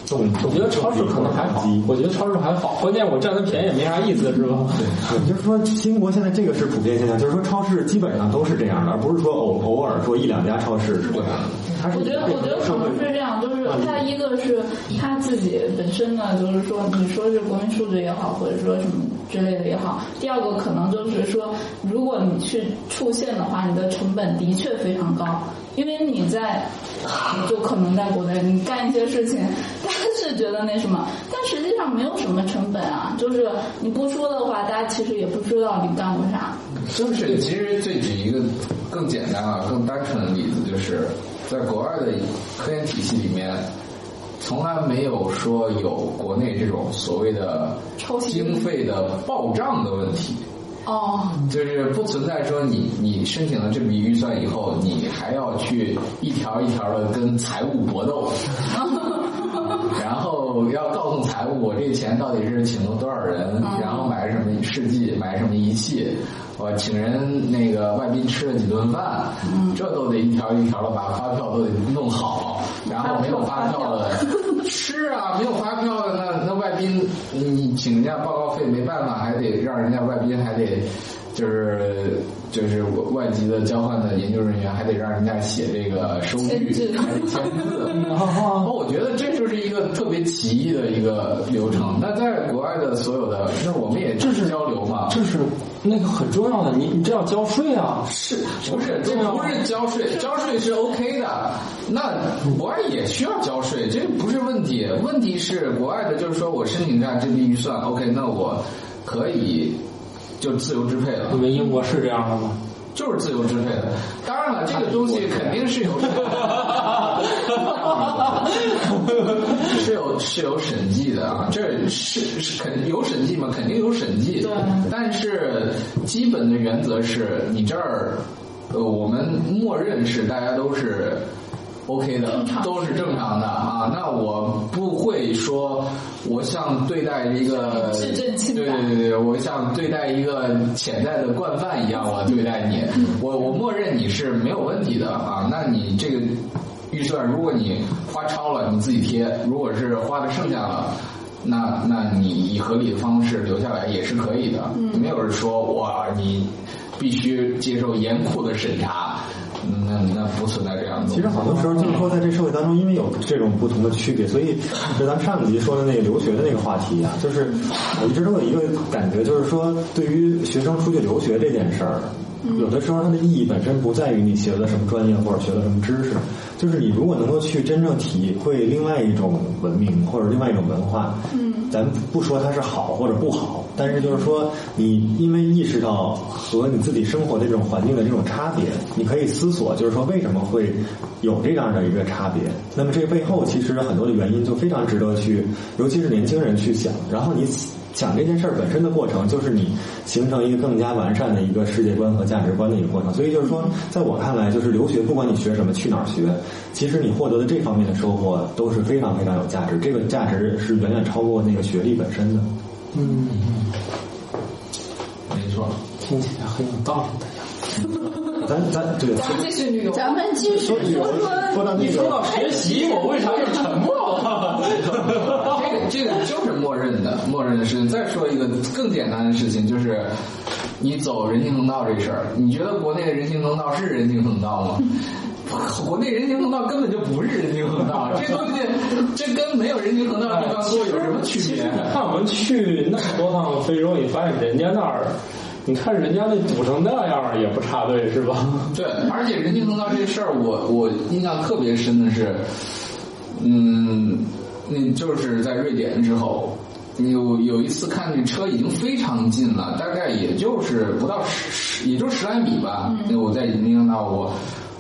Speaker 5: 动动。
Speaker 3: 我觉得超市可能还好，我觉得超市还好，关键我占它便宜也没啥意思，是吧？
Speaker 5: 对，就是说英国现在这个是普遍现象，就是说超市基本上都是这样的，而不是说偶偶尔说一两家超市是这样的。它是
Speaker 2: 我觉得，我觉得可能是这样，就是嗯他一个是他自己本身呢，就是说你说是国民素质也好，或者说什么之类的也好。第二个可能就是说，如果你去触线的话，你的成本的确非常高，因为你在就可能在国内你干一些事情，大家是觉得那什么，但实际上没有什么成本啊。就是你不说的话，大家其实也不知道你干过啥。
Speaker 6: 就是其实这举一个更简单啊、更单纯的例子，就是在国外的科研体系里面，从来没有说有国内这种所谓的
Speaker 2: 超级
Speaker 6: 经费的暴胀的问题。
Speaker 2: 哦，
Speaker 6: 就是不存在说你你申请了这笔预算以后，你还要去一条一条的跟财务搏斗，然后要告诉财务我这钱到底是请了多少人，然后买什么试剂，买什么仪器，我请人那个外宾吃了几顿饭，这都得一条一条的把发票都得弄好，然后没有发票的。是啊，没有发票的那那外宾，你请人家报告费没办法，还得让人家外宾还得就是就是外籍的交换的研究人员还得让人家写这个收据，
Speaker 2: 签字
Speaker 6: 还得签字。哦，我觉得这就是一个特别奇异的一个流程。那在国外的所有的，那我们也这是交流嘛，
Speaker 3: 这是那个很重要的，你你这要交税啊，
Speaker 6: 是不是这不是交税？交税是 OK 的，那国外也需要交税，这不是问题。问题是国外的，就是说我申请下这笔预算，OK，那我可以就自由支配了
Speaker 3: 你，们英国是这样的吗？
Speaker 6: 就是自由支配的。当然了，这个东西肯定是有。是有是有审计的啊，这是是肯有审计吗？肯定有审计。
Speaker 2: 对
Speaker 6: 但是基本的原则是你这儿，呃，我们默认是大家都是 OK 的
Speaker 2: 正，常
Speaker 6: 都是正常的啊。那我不会说，我像对待一个
Speaker 2: 是正清白
Speaker 6: 对对对对，呃我像对待一个潜在的惯犯一样，我对待你，我我默认你是没有问题的啊。那你这个预算，如果你花超了，你自己贴；如果是花的剩下了。那，那你以合理的方式留下来也是可以的，没有人说哇，你必须接受严酷的审查，嗯那那不存在这样的东西。
Speaker 5: 其实好多时候就是说，在这社会当中，因为有这种不同的区别，所以就咱们上集说的那个留学的那个话题啊，就是我一直都有一个感觉，就是说对于学生出去留学这件事儿，有的时候它的意义本身不在于你学了什么专业或者学了什么知识，就是你如果能够去真正体会另外一种文明或者另外一种文化，嗯，咱不说它是好或者不好，但是就是说你因为意识到和你自己生活的这种环境的这种差别，你可以思索，就是说为什么会有这样的一个差别。那么这背后其实很多的原因就非常值得去，尤其是年轻人去想。然后你想这件事儿本身的过程，就是你形成一个更加完善的一个世界观和价值观的一个过程。所以就是说，在我看来，就是留学，不管你学什么，去哪儿学，其实你获得的这方面的收获都是非常非常有价值。这个价值是远远超过那个学历本身的。
Speaker 6: 没错，
Speaker 3: 嗯听起来很有道理的呀。
Speaker 5: 咱咱对。
Speaker 7: 咱们继续旅游，
Speaker 4: 咱们继续
Speaker 5: 说旅游，说到那
Speaker 3: 一
Speaker 5: 个，
Speaker 3: 说到学习，我为啥又沉默了？
Speaker 6: 这个这个就是默认的，默认的事情。再说一个更简单的事情，就是你走人行横道这事儿，你觉得国内的人行横道是人行横道吗？国内人行横道根本就不是人行横道，这东西这跟没有人行横道的地方多有什么区
Speaker 3: 其实
Speaker 6: 别？啊
Speaker 3: 你看，我们去那么多趟非洲，你发现人家那儿，你看人家那堵成那样儿也不插队是吧？
Speaker 6: 对，而且人行横道这事儿，我我印象特别深的是，嗯，那就是在瑞典之后，有有一次看那车已经非常近了，大概也就是不到十十，也就十来米吧。那、我在人行横道，我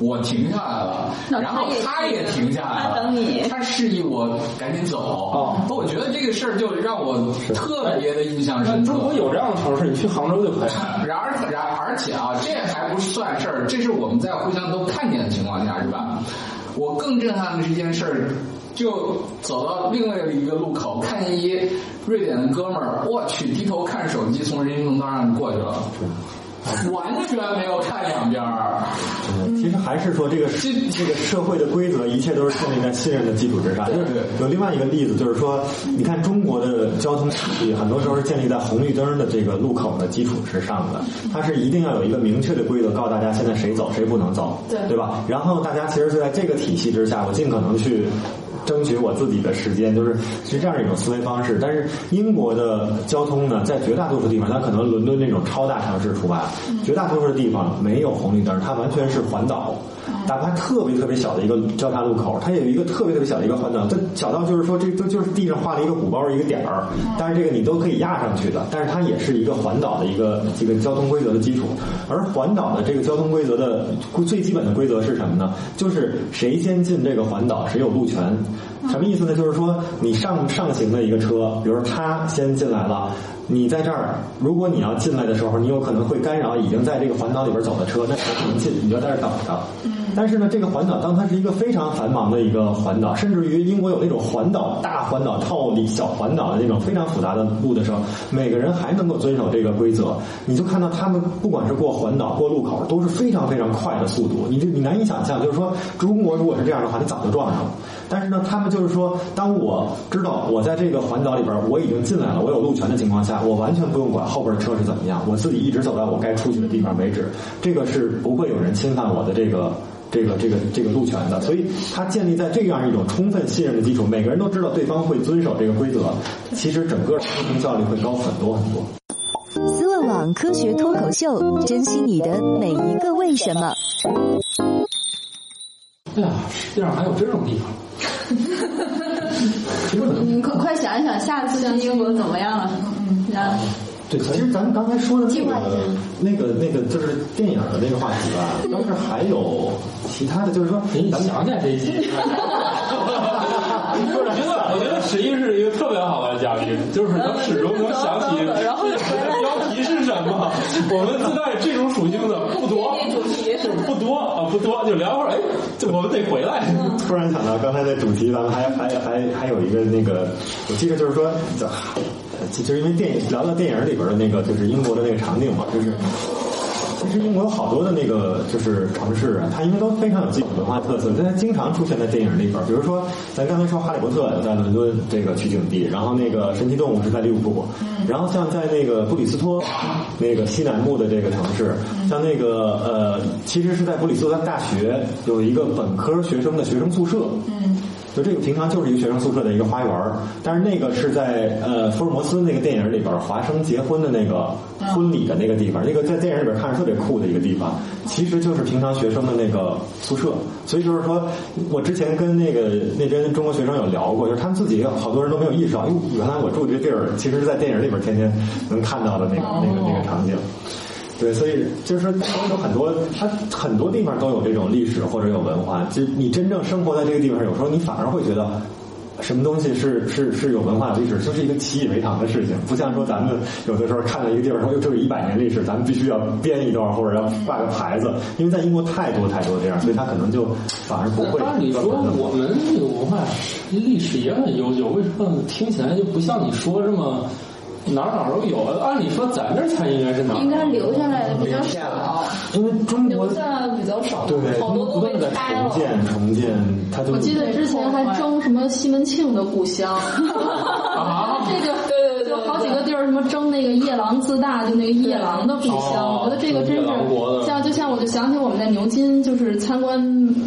Speaker 6: 我停下来了，
Speaker 4: 那他也
Speaker 6: 然后他也停下来了，
Speaker 4: 他等你
Speaker 6: 他示意我赶紧走。
Speaker 3: 哦
Speaker 6: 我觉得这个事儿就让我特别的印象
Speaker 3: 那
Speaker 6: 深刻。
Speaker 3: 中国有这样的城市，你去杭州就可以。
Speaker 6: 然而，然而且啊，这还不算事儿，这是我们在互相都看见的情况下，是吧？我更震撼的是一件事儿，就走到另外一个路口，看见一瑞典的哥们儿，我去，低头看手机，从人行横道上过去了。完全没有看两边儿。
Speaker 5: 嗯其实还是说这个
Speaker 6: 这
Speaker 5: 这个社会的规则，一切都是建立在信任的基础之上。就是有另外一个例子，就是说，你看中国的交通也很多时候是建立在红绿灯的这个路口的基础之上的，它是一定要有一个明确的规则，告诉大家现在谁走谁不能走，
Speaker 2: 对
Speaker 5: 对吧？然后大家其实就在这个体系之下，我尽可能去。争取我自己的时间，就是是这样一种思维方式。但是英国的交通呢，在绝大多数地方，它可能伦敦那种超大城市除外，绝大多数的地方没有红绿灯，它完全是环岛。哪怕特别特别小的一个交叉路口，它有一个特别特别小的一个环岛，它小到就是说这都就是地上画了一个鼓包一个点儿，但是这个你都可以压上去的，但是它也是一个环岛的一个这个交通规则的基础。而环岛的这个交通规则的最基本的规则是什么呢？就是谁先进这个环岛，谁有路权。什么意思呢？就是说你上上行的一个车，比如说他先进来了。你在这儿，如果你要进来的时候，你有可能会干扰已经在这个环岛里边走的车，那谁不能进？你就在这儿等着。但是呢，这个环岛当它是一个非常繁忙的一个环岛，甚至于英国有那种环岛大环岛套里小环岛的那种非常复杂的路的时候，每个人还能够遵守这个规则，你就看到他们不管是过环岛、过路口，都是非常非常快的速度。你就你难以想象，就是说中国如果是这样的话，你早就撞上了。但是呢，他们就是说，当我知道我在这个环岛里边我已经进来了，我有路权的情况下，我完全不用管后边的车是怎么样，我自己一直走到我该出去的地方为止，这个是不会有人侵犯我的这个。这个这个这个路权的，所以它建立在这样一种充分信任的基础，每个人都知道对方会遵守这个规则，其实整个沟通效率会高很多很多。
Speaker 9: 思问网科学脱口秀，珍惜你的每一个为什么。
Speaker 3: 哎呀，世界上还有这种地方？
Speaker 4: 你快快想一想，下次去英国怎么样了？嗯，然后
Speaker 5: 对，其实咱们刚才说的那个那个那个就是电影的那个话题吧，但是还有其他的，就是说
Speaker 3: 哎你
Speaker 5: 咱们
Speaker 3: 想想这一集。不 是，我觉得我觉得十一是一个特别好玩的嘉宾，就是能始终能想起
Speaker 4: 嗯然后
Speaker 3: 标题是什 么。我们自带这种属性的不多，
Speaker 4: 主题
Speaker 3: 就是不多啊，不多，就聊会儿。哎，这我们得回来。
Speaker 4: 嗯
Speaker 5: 突然想到刚才的主题，咱们还还还还有一个那个，我记得就是说，就就是因为电影聊到电影里边的那个，就是英国的那个场景嘛，就是。其实英国有好多的那个就是城市啊，它因为都非常有自己的文化特色，但它经常出现在电影里边儿。比如说，咱刚才说《哈利波特》在伦敦这个取景地，然后那个《神奇动物》是在利物浦，然后像在那个布里斯托那个西南部的这个城市，像那个呃，其实是在布里斯托大学有一个本科学生的学生宿舍，嗯，就这个平常就是一个学生宿舍的一个花园儿，但是那个是在呃福尔摩斯那个电影里边儿华生结婚的那个婚礼的那个地方，那个在电影里边儿看着特别酷的一个地方，其实就是平常学生的那个宿舍。所以就是说，我之前跟那个那边中国学生有聊过，就是他们自己好多人都没有意识到，哟，原来我住这地儿，其实是在电影里边儿天天能看到的那个那个那个场景。对，所以就是说，有很多，它很多地方都有这种历史或者有文化。就你真正生活在这个地方，有时候你反而会觉得，什么东西是是是有文化有历史，就是一个习以为常的事情。不像说咱们有的时候看到一个地方说，哎哟，这有一百年历史，咱们必须要编一段或者要挂个牌子。因为在英国太多太多这样，所以它可能就反而不会。
Speaker 3: 按理说我们这个文化历史也很悠久，为什么听起来就不像你说这么哪儿哪儿都有？按理说咱这儿才应该是哪儿？
Speaker 4: 应该留下来的比较少。
Speaker 5: 因为中国
Speaker 2: 留下比较少，
Speaker 5: 对
Speaker 2: 好多
Speaker 5: 不
Speaker 2: 都被
Speaker 5: 断的
Speaker 2: 拆
Speaker 5: 重
Speaker 2: 了。
Speaker 5: 建重建，它就
Speaker 7: 我记得之前还争什么西门庆的故 乡，
Speaker 3: 啊
Speaker 7: 这个
Speaker 2: 对对对
Speaker 7: 就好几个地儿什么争那个夜郎自大，就那个夜郎的故乡，
Speaker 3: 哦
Speaker 7: 我觉得这个真
Speaker 3: 夜郎国的
Speaker 7: 是像就像我就想起我们在牛津就是参观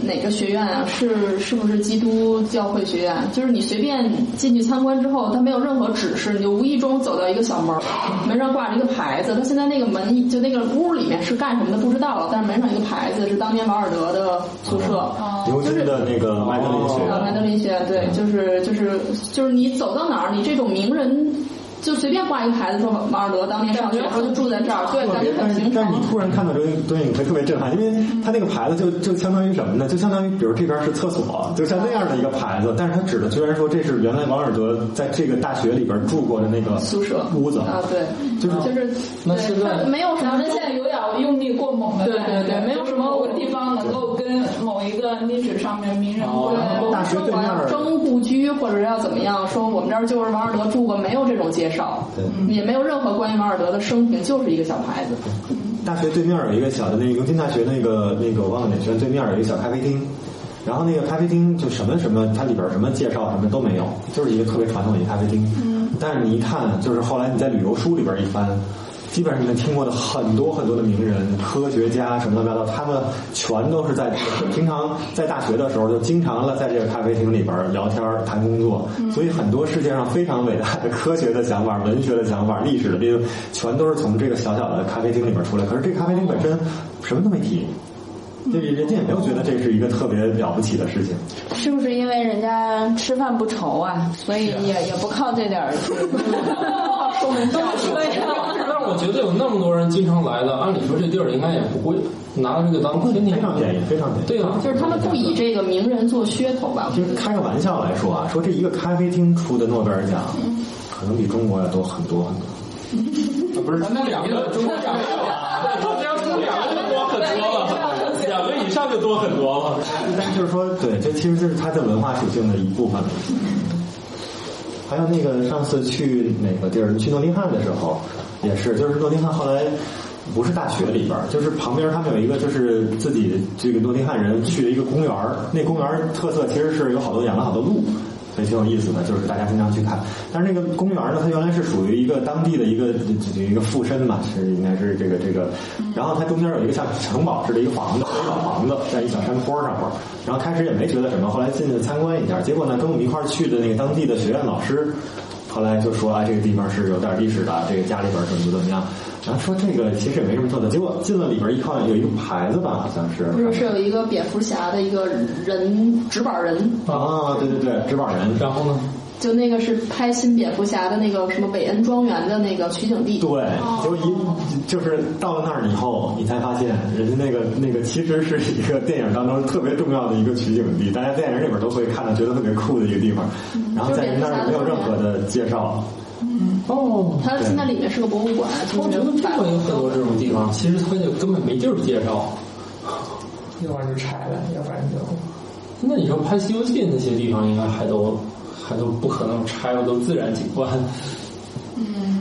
Speaker 7: 哪个学院啊，是是不是基督教会学院？啊就是你随便进去参观之后，它没有任何指示，你就无意中走到一个小门儿，门上挂着一个牌子，它现在那个门就那个屋里面是干什么的不知道了，但是门上有一个牌子是当年瓦尔德的宿舍。
Speaker 5: 牛津的那
Speaker 2: 哦
Speaker 5: 个麦德林学
Speaker 7: 啊，
Speaker 5: 院。
Speaker 7: 麦德林学院，对，就是就是就是你走到哪儿，你这种名人就随便挂一个牌子说马尔德当年上学的时候就住在这儿，对，感觉
Speaker 5: 但
Speaker 7: 很
Speaker 5: 是
Speaker 7: 平
Speaker 5: 但是
Speaker 7: 常
Speaker 5: 你。突然看到这个东西，你会特别震撼，因为它那个牌子就就相当于什么呢？就相当于比如这边是厕所，就像那样的一个牌子，但是它指的居然说这是原来王尔德在这个大学里边住过的那个
Speaker 7: 宿舍
Speaker 5: 屋子，
Speaker 7: 啊，对，
Speaker 5: 就是
Speaker 7: 就是
Speaker 3: 那
Speaker 7: 对
Speaker 3: 现在
Speaker 7: 它没有什
Speaker 2: 咱
Speaker 7: 么
Speaker 2: 们现在有点用力过猛了，
Speaker 7: 对对对
Speaker 2: 没有什么地方能够跟某一个历史上面名人过来
Speaker 5: 哦大学
Speaker 7: 说
Speaker 5: 对
Speaker 7: 我
Speaker 5: 面
Speaker 7: 要争故居或者要怎么样，说我们这儿就是王尔嗯德住过，没有这种介绍，也没有任何关于王尔德的生平，就是一个小牌子。
Speaker 5: 大学对面有一个小的那个牛津大学那个那个我忘了哪学院对面有一个小咖啡厅，然后那个咖啡厅就什么什么，它里边什么介绍什么都没有，就是一个特别传统的一咖啡厅。嗯，但是你一看，就是后来你在旅游书里边一翻。基本上你们听过的很多很多的名人、科学家什么乱七八糟，他们全都是在平常在大学的时候就经常了在这个咖啡厅里边聊天儿、谈工作，
Speaker 7: 嗯
Speaker 5: 所以很多世界上非常伟大的科学的想法、文学的想法、历史的这个，全都是从这个小小的咖啡厅里边出来。可是这个咖啡厅本身什么都没提，就是
Speaker 7: 嗯
Speaker 5: 人家也没有觉得这是一个特别了不起的事情。
Speaker 4: 是不是因为人家吃饭不愁啊，所以也也不靠这点儿 去收门票？对呀、
Speaker 3: 但我觉得有那么多人经常来的，按理说这地儿应该也不贵，拿这个当天天
Speaker 5: 非常便宜，非常便宜。
Speaker 3: 对啊，
Speaker 7: 就是他们不以这个名人做噱头吧，我觉
Speaker 5: 就是开个玩笑来说啊，说这一个咖啡厅出的诺贝尔奖，
Speaker 7: 嗯
Speaker 5: 可能比中国要多很多很多。
Speaker 3: 不是那两个中国两个，
Speaker 6: 啊
Speaker 3: 那要出两个就多很多了，两个以上就多很多了。
Speaker 5: 但就是说，对，这其实就是它的文化属性的一部分。还有那个上次去哪个地儿？去诺丁汉的时候也是，就是诺丁汉后来不是大学里边儿，就是旁边他们有一个就是自己这个诺丁汉人去的一个公园儿，那公园儿特色其实是有好多养了好多鹿。所以挺有意思的，就是大家经常去看。但是那个公园呢，它原来是属于一个当地的一个一个附身嘛，是应该是这个这个。
Speaker 7: 嗯
Speaker 5: 然后它中间有一个像城堡似的一个房子，一个老房子在一小山坡上边儿。然后开始也没觉得什么，后来进去参观一下，结果呢，跟我们一块儿去的那个当地的学院老师。后来就说啊，这个地方是有点历史的，这个家里边怎么怎么样，然后说这个其实也没什么特色。结果进了里边一看，有一个牌子吧，好像是，
Speaker 7: 就是是有一个蝙蝠侠的一个人纸板人，
Speaker 5: 啊，对对对，纸板人，
Speaker 3: 然后呢？
Speaker 7: 就那个是拍新蝙蝠侠的那个什么韦恩庄园的那个取景地。
Speaker 5: 对，就一就是到了那儿以后，你才发现人家那个那个其实是一个电影当中特别重要的一个取景地，大家在电影里边都会看到，觉得特别酷的一个地方。
Speaker 4: 嗯
Speaker 5: 然后在人那儿没有任何的介绍，
Speaker 3: 哦，
Speaker 7: 它现在里面是个博物馆，
Speaker 3: 我觉得中国有很多这种地方，其实它就根本没地儿介绍。
Speaker 8: 要不然就拆了，要不然就
Speaker 3: 那你说拍《西游记》那些地方，应该还都还都不可能拆了，都自然景观。
Speaker 2: 嗯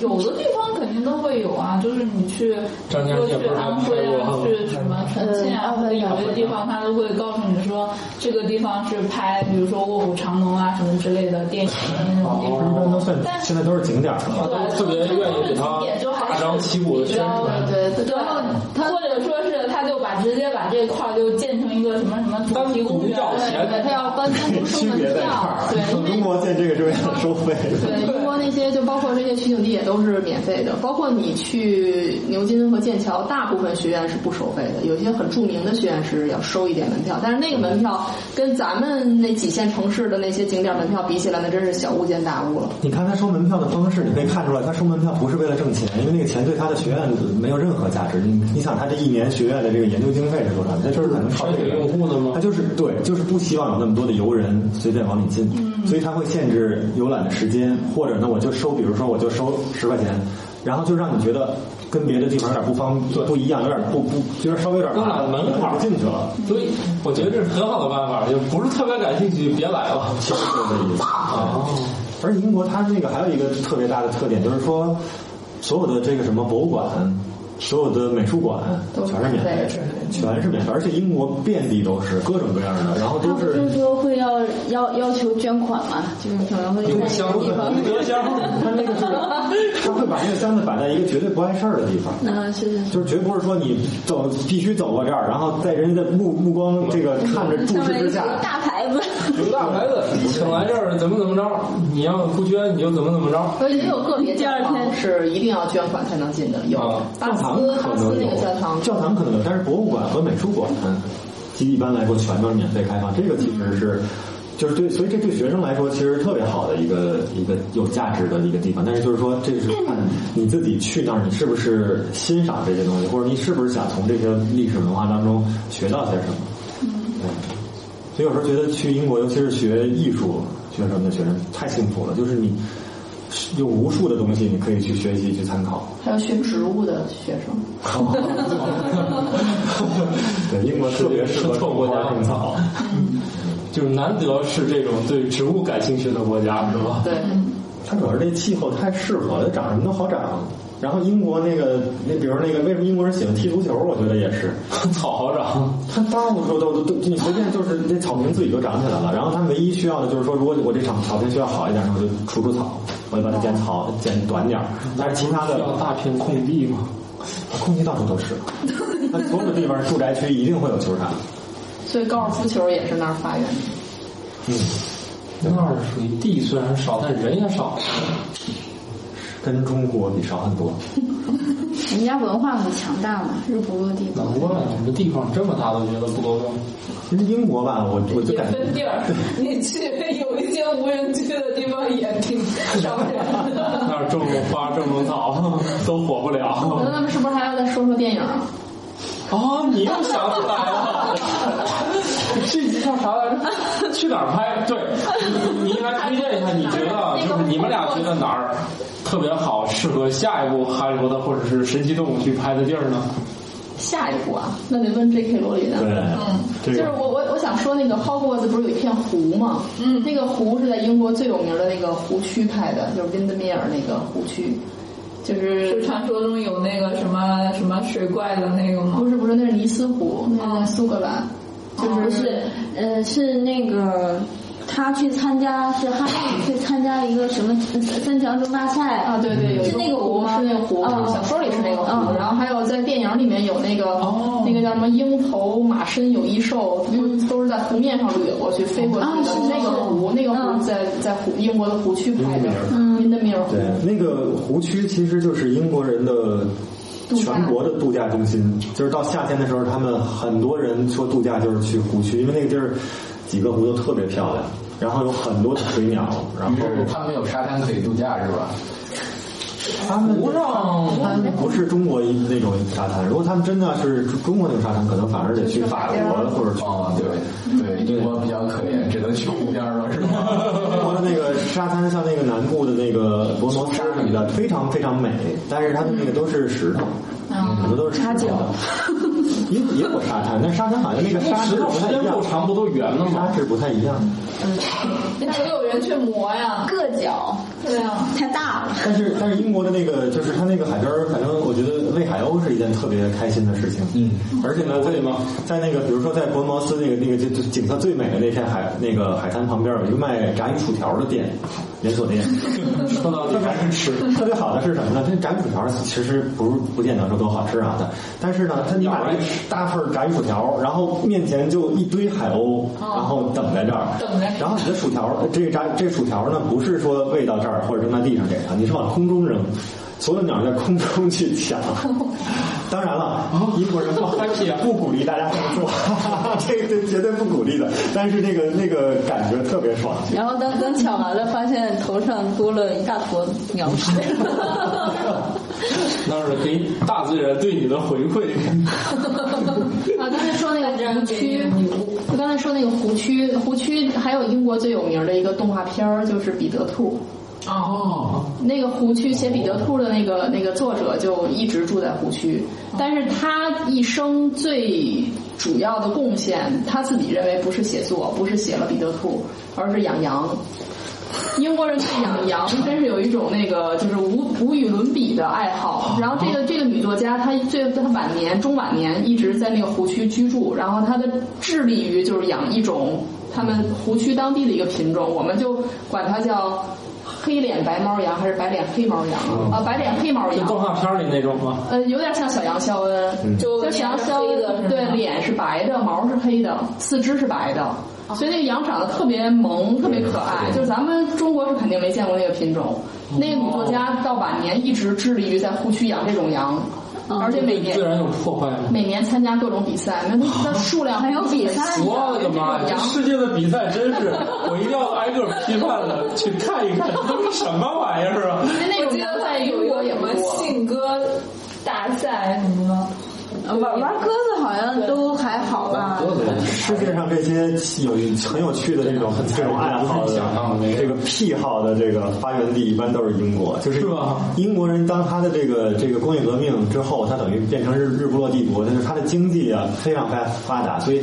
Speaker 2: 有的地方肯定都会有啊，就是你去，比
Speaker 3: 张
Speaker 2: 如
Speaker 3: 家
Speaker 2: 说
Speaker 3: 界不
Speaker 2: 去
Speaker 3: 是
Speaker 2: 安徽啊，
Speaker 3: 还
Speaker 2: 去什么重庆啊，或者有些地方他都会告诉你说，这个地方是拍，比如说《卧虎藏龙》啊什么之类的电影的那种地
Speaker 5: 哦一般
Speaker 2: 方。
Speaker 5: 都算
Speaker 2: 但是
Speaker 5: 现在都是景点儿了。
Speaker 2: 对，
Speaker 3: 特别愿意给他
Speaker 2: 景点就还
Speaker 3: 大
Speaker 2: 是
Speaker 3: 张旗鼓的宣
Speaker 2: 标
Speaker 3: 传。
Speaker 2: 的，对对。然后他或者说是他就把直接把这块儿就建成一个什么什么主题公园，
Speaker 4: 对，他要 单独不收
Speaker 5: 区
Speaker 4: 门
Speaker 5: 别在哪
Speaker 4: 票，
Speaker 5: 儿？
Speaker 4: 对，因为
Speaker 5: 中国建这个是为了收费的。
Speaker 7: 对，英国那些就包括这些取景地也都是免费的，包括你去牛津和剑桥，大部分学院是不收费的，有些很著名的学院是要收一点门票，但是那个门票跟咱们那几线城市的那些景点门票比起来，那真是小巫见大巫了。
Speaker 5: 你看他收门票的方式，你可以看出来，他收门票不是为了挣钱，因为那个钱对他的学院没有任何价值。你你想，他这一年学院的这个研究经费是多少？他就是可能靠这
Speaker 3: 全
Speaker 5: 个
Speaker 3: 给用户的吗
Speaker 5: 他就是对，就是不希望有那么多的游人随便往里进，所以他会限制游览的时间，或者呢，我就收，比如说我就收十块钱，然后就让你觉得跟别的地方有点不方不一样，有点不不，就是稍微有点
Speaker 3: 都懒得门槛儿
Speaker 5: 进去了，
Speaker 3: 所以我觉得这是很好的办法，就不是特别感兴趣别来了。
Speaker 5: 其实就是这意思。啊
Speaker 3: 哦，
Speaker 5: 而英国它那个还有一个特别大的特点，就是说所有的这个什么博物馆、所有的美术馆
Speaker 7: 都是
Speaker 5: 全是免费
Speaker 7: 免
Speaker 5: 的，全是免费，而且英国遍地都是各种各样的，然后
Speaker 4: 他
Speaker 5: 都
Speaker 4: 不
Speaker 5: 是。
Speaker 4: 是说会要要要求捐款嘛，就是可能会在一
Speaker 3: 有
Speaker 4: 个
Speaker 3: 箱
Speaker 4: 地
Speaker 3: 子，
Speaker 4: 方。
Speaker 3: 德箱，
Speaker 5: 它那个 是，它会把那个箱子摆在一个绝对不碍事儿的地方，
Speaker 4: 嗯，是是是。
Speaker 5: 就是绝不是说你走必须走过这儿，然后在人家的目目光这个看着注
Speaker 4: 上
Speaker 5: 视
Speaker 4: 面有
Speaker 5: 之
Speaker 4: 一
Speaker 5: 下
Speaker 4: 个，大牌子，
Speaker 3: 有大牌子，请来这儿怎么怎么着，你要不捐你就怎么怎么着。
Speaker 7: 所以也有个别
Speaker 4: 第二
Speaker 7: 教堂
Speaker 4: 天
Speaker 7: 是一定要捐款才能进的，有
Speaker 3: 啊
Speaker 7: 巴
Speaker 5: 教
Speaker 7: 斯
Speaker 5: 堂
Speaker 7: 巴
Speaker 5: 可
Speaker 7: 斯
Speaker 5: 能
Speaker 7: 那
Speaker 5: 有
Speaker 7: 个教堂，，
Speaker 5: 教堂可能有，但是博物馆和美术馆，其实一般来说全都是免费开放。这个其实是，就是对，所以这对学生来说其实特别好的一个一个有价值的一个地方。但是就是说，这是看你自己去那儿，你是不是欣赏这些东西，或者你是不是想从这些历史文化当中学到些什么？对。所以有时候觉得去英国，尤其是学艺术学生的学生太幸福了，就是你有无数的东西你可以去学习去参考。
Speaker 7: 还有学植物的学生。
Speaker 5: 对，英国特别适合种花种草。
Speaker 3: 就是难得是这种对植物感兴趣的国家，是吧？
Speaker 4: 嗯
Speaker 7: 对，
Speaker 5: 它主要是这气候太适合了，长什么都好长。然后英国那个，那比如那个，为什么英国人喜欢踢足球？我觉得也是，
Speaker 3: 草好长，
Speaker 5: 他到处都都都，你随便就是那草坪自己就长起来了。然后他唯一需要的就是说，如果我这场草坪需要好一点，那我就除除草，我就把它剪草
Speaker 2: 哦
Speaker 5: 剪短点儿。但是其他
Speaker 3: 嗯
Speaker 5: 的
Speaker 3: 需要大片空地嘛。
Speaker 5: 空地到处 都是，那所有的地方住宅区一定会有球场。
Speaker 7: 所以高尔夫球也是那儿发源的。
Speaker 5: 嗯，
Speaker 3: 那儿属于地虽然少，但人也少。
Speaker 5: 跟中国比少很多。
Speaker 4: 人家文化很强大嘛，是不够地
Speaker 3: 难
Speaker 4: 方。
Speaker 3: 怪你们地方这么大，都觉得不够用。
Speaker 5: 其实英国吧，我我就
Speaker 2: 也
Speaker 5: 感觉
Speaker 2: 分地儿，你去有一些无人区的地方也挺伤人 的。
Speaker 3: 那儿种种花，种种草， 都火不了。
Speaker 7: 那咱们是不是还要再说说电影啊？
Speaker 3: 哦，你又想起来了，这集叫啥来着？去哪儿拍？对，你你来推荐一下，你觉得就是你们俩觉得哪儿特别好，适合下一部哈利波特或者是神奇动物去拍的地儿呢？
Speaker 7: 下一步啊，那得问 J.K. 罗琳
Speaker 5: 对
Speaker 7: 了。，
Speaker 2: 嗯
Speaker 5: 这
Speaker 7: 就是
Speaker 5: 个
Speaker 7: 我我我想说那个 Hogwarts 不是有一片湖吗？嗯，那个湖是在英国最有名的那个湖区拍的，就是 Windermere 那个湖区，就是
Speaker 2: 就传说中有那个什么什么水怪的那个吗
Speaker 7: 不？是不是那是尼斯湖，
Speaker 5: 哦
Speaker 7: 那是苏格兰，就是
Speaker 4: 不是，呃，是那个他去参加，是哈利去参加一个什么呃三强争霸赛
Speaker 7: 啊，对对，有一
Speaker 4: 是那个湖
Speaker 7: 湖，
Speaker 4: 吗
Speaker 7: 是那个湖，
Speaker 4: 哦
Speaker 7: 小说里是那个湖
Speaker 4: 哦，
Speaker 7: 然后还有在电影里面有那个
Speaker 3: 哦
Speaker 7: 那个叫什么鹰头马身有翼兽，都都是在湖面上掠过去飞过去
Speaker 4: 啊
Speaker 7: 的
Speaker 4: 是，
Speaker 7: 那个湖，那个湖是在在湖英国的湖区拍的，嗯，的米尔湖
Speaker 5: 对，那个湖区其实就是英国人的
Speaker 7: 度假
Speaker 5: 全国的度假中心，就是到夏天的时候，他们很多人说度假就是去湖区，因为那个地儿几个湖都特别漂亮，然后有很多的水鸟，然
Speaker 6: 于
Speaker 5: 后
Speaker 6: 是他们有沙滩可以度假是吧？
Speaker 5: 他们
Speaker 3: 湖上
Speaker 5: 他们不是中国那种沙滩，如果他们真的是中国那种沙滩，可能反而得去法国或者去
Speaker 6: 哦，对对，英国比较可怜，只能去湖边儿了是吧？
Speaker 5: 中国的那个沙滩，像那个南部的那个博摩斯什么的，非常非常美，但是它的那个都是石头，很多都是沙的。也嗯也有沙滩，但沙滩好像那个沙
Speaker 3: 石
Speaker 5: 质
Speaker 3: 头
Speaker 5: 不
Speaker 3: 时
Speaker 5: 太
Speaker 3: 间
Speaker 5: 一样
Speaker 3: 够，长，不都圆了吗
Speaker 5: 沙？质不太一样。
Speaker 2: 那得有人去磨呀。
Speaker 4: 硌脚
Speaker 2: 对啊，
Speaker 4: 太大了。
Speaker 5: 但是但是英国的那个就是它那个海边儿，反正我觉得喂海鸥是一件特别开心的事情。嗯，而且呢，在
Speaker 3: 吗
Speaker 5: 在那个比如说在博茅斯那个那个就就景色最美的那片海那个海滩旁边有一个卖炸鱼薯条的店，连锁店。
Speaker 3: 说到底还是吃。
Speaker 5: 特别好的是什么呢？这炸鱼薯条其实不是不见得说多好吃啊的，但是呢，它你买了一大份儿炸鱼薯条，然后面前就一堆海鸥，然后哦等在这儿，
Speaker 2: 等着
Speaker 5: 然后你的薯条，这个炸这薯条呢，不是说喂到这儿或者扔到地上给它，你是往空中扔，所有鸟在空中去 抢。当然了，英国人不
Speaker 3: happy 啊
Speaker 5: 不鼓励大家这么做， 这个这绝对不鼓励的。但是那个那个感觉特别爽。
Speaker 4: 然后等等抢完了，发现头上多了一大坨鸟屎。
Speaker 3: 那是给大自然对你的回馈。
Speaker 7: 啊，刚才说那个湖区，就刚才说那个湖区，湖区还有英国最有名的一个动画片儿就是《彼得兔》。
Speaker 3: 哦，
Speaker 7: 那个湖区写《彼得兔》的那个那个作者就一直住在湖区，但是他一生最主要的贡献，他自己认为不是写作，不是写了《彼得兔》，而是养羊。英国人对养羊真是有一种那个就是无无与伦比的爱好。然后这个这个女作家，她最她晚年中晚年一直在那个湖区居住，然后她的致力于就是养一种他们湖区当地的一个品种，我们就管它叫黑脸白毛羊还是白脸黑毛羊啊、白脸黑毛
Speaker 3: 就动画
Speaker 7: 羊。
Speaker 3: 片里那种吗？
Speaker 7: 呃，有点像小羊肖恩，
Speaker 3: 嗯
Speaker 2: 就
Speaker 7: 就羊肖
Speaker 2: 黑的是
Speaker 7: 恩，
Speaker 2: 吗
Speaker 7: 对，脸是白的，毛是黑的，四肢是白的，所以那个羊长得特别萌，特别可爱。就是咱们中国是肯定没见过那个品种。
Speaker 3: 哦
Speaker 7: 那个女作家到晚年一直致力于在湖区养这种羊，而且每
Speaker 3: 对自
Speaker 7: 年
Speaker 3: 然有破坏吗？
Speaker 7: 每年参加各种比赛，那那数量
Speaker 4: 还有比赛呢
Speaker 3: 我的妈呀！这
Speaker 7: 羊
Speaker 3: 世界的比赛真是，我一定要挨个批判的去看一看，都是什么玩意儿啊！
Speaker 7: 因为那
Speaker 2: 我
Speaker 7: 种
Speaker 2: 记
Speaker 7: 羊
Speaker 2: 得
Speaker 7: 在
Speaker 2: 在
Speaker 7: 英
Speaker 2: 有一
Speaker 7: 国
Speaker 2: 个
Speaker 7: 也
Speaker 2: 什
Speaker 7: 不
Speaker 2: 么
Speaker 7: 多。
Speaker 2: 信鸽大赛什么的。 呃
Speaker 4: 玩玩鸽子好像都还好吧？
Speaker 5: 世界上这些有很有趣的这种这种爱好的这个癖好的这个发源地，一般都是英国，就是
Speaker 3: 是吧
Speaker 5: 英国人当他的这个这个工业革命之后，他等于变成日日不落帝国，但是他的经济啊非常发发达，所以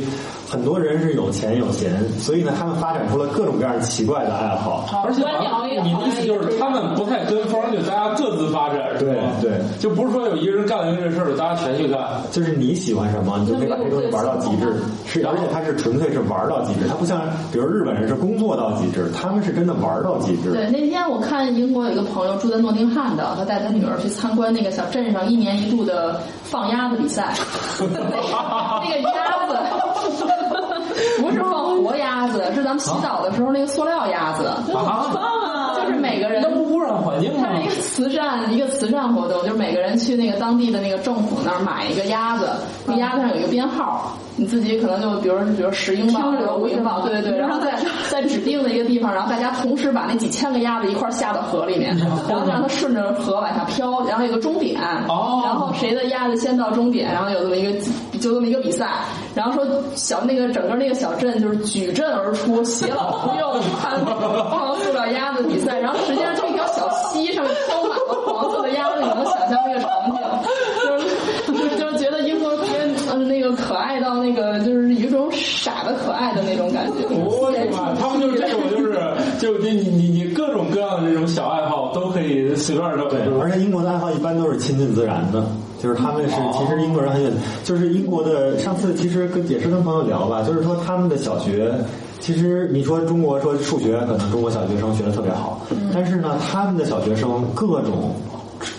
Speaker 5: 很多人是有钱有闲，所以呢，他们发展出了各种各样奇怪的爱好。
Speaker 3: 而且
Speaker 2: 观鸟也好
Speaker 3: 啊你的意思就是他们不太跟风，就大家各自发展，是吧？
Speaker 5: 对对，
Speaker 3: 就不是说有一个人干了一个事儿，大家全去 干。
Speaker 5: 就是你喜欢什么，你就可以把这东西玩到极致。是，而且他是纯粹是玩到极致，他不像比如日本人是工作到极致，他们是真的玩到极致。
Speaker 7: 对，那天我看英国有一个朋友住在诺丁汉的，他带他女儿去参观那个小镇上一年一度的放鸭子比赛，那个那个鸭子。不是放活鸭子，是咱们洗澡的时候那个塑料鸭子，
Speaker 3: 啊，
Speaker 7: 就是每个人
Speaker 3: 那不污染环境吗
Speaker 7: 它？是一个慈善一个慈善活动，就是每个人去那个当地的那个政府那儿买一个鸭子，那鸭子上有一个编号，你自己可能就比如比如十英镑、
Speaker 4: 漂流
Speaker 7: 五英镑，对对对，然后 在在指定的一个地方，然后大家同时把那几千个鸭子一块儿下到河里
Speaker 4: 嗯
Speaker 7: 面，然后让它顺着河往下飘，然后有个终点，
Speaker 3: 哦
Speaker 7: 然后谁的鸭子先到终点，然后有这么一个就这么一个比赛，然后说小那个整个那个小镇就是矩阵而出，携老扶幼参放塑料鸭子比赛，然后哎实际上这条小溪上飘满了黄色的鸭子，你能想象那个场景？就是就是觉得英国特别嗯那个可爱到那个就是有一种傻的可爱的那种感觉。
Speaker 3: 我的妈！他们就是这种，就是就你你你各种各样的这种小爱好都可以随便的，
Speaker 5: 对，而且英国的爱好一般都是亲近自然的，就是他们是其实英国人很有，就是英国的上次其实跟也是跟朋友聊吧，就是说他们的小学。其实你说中国说数学，可能中国小学生学的特别好，但是呢，他们的小学生各种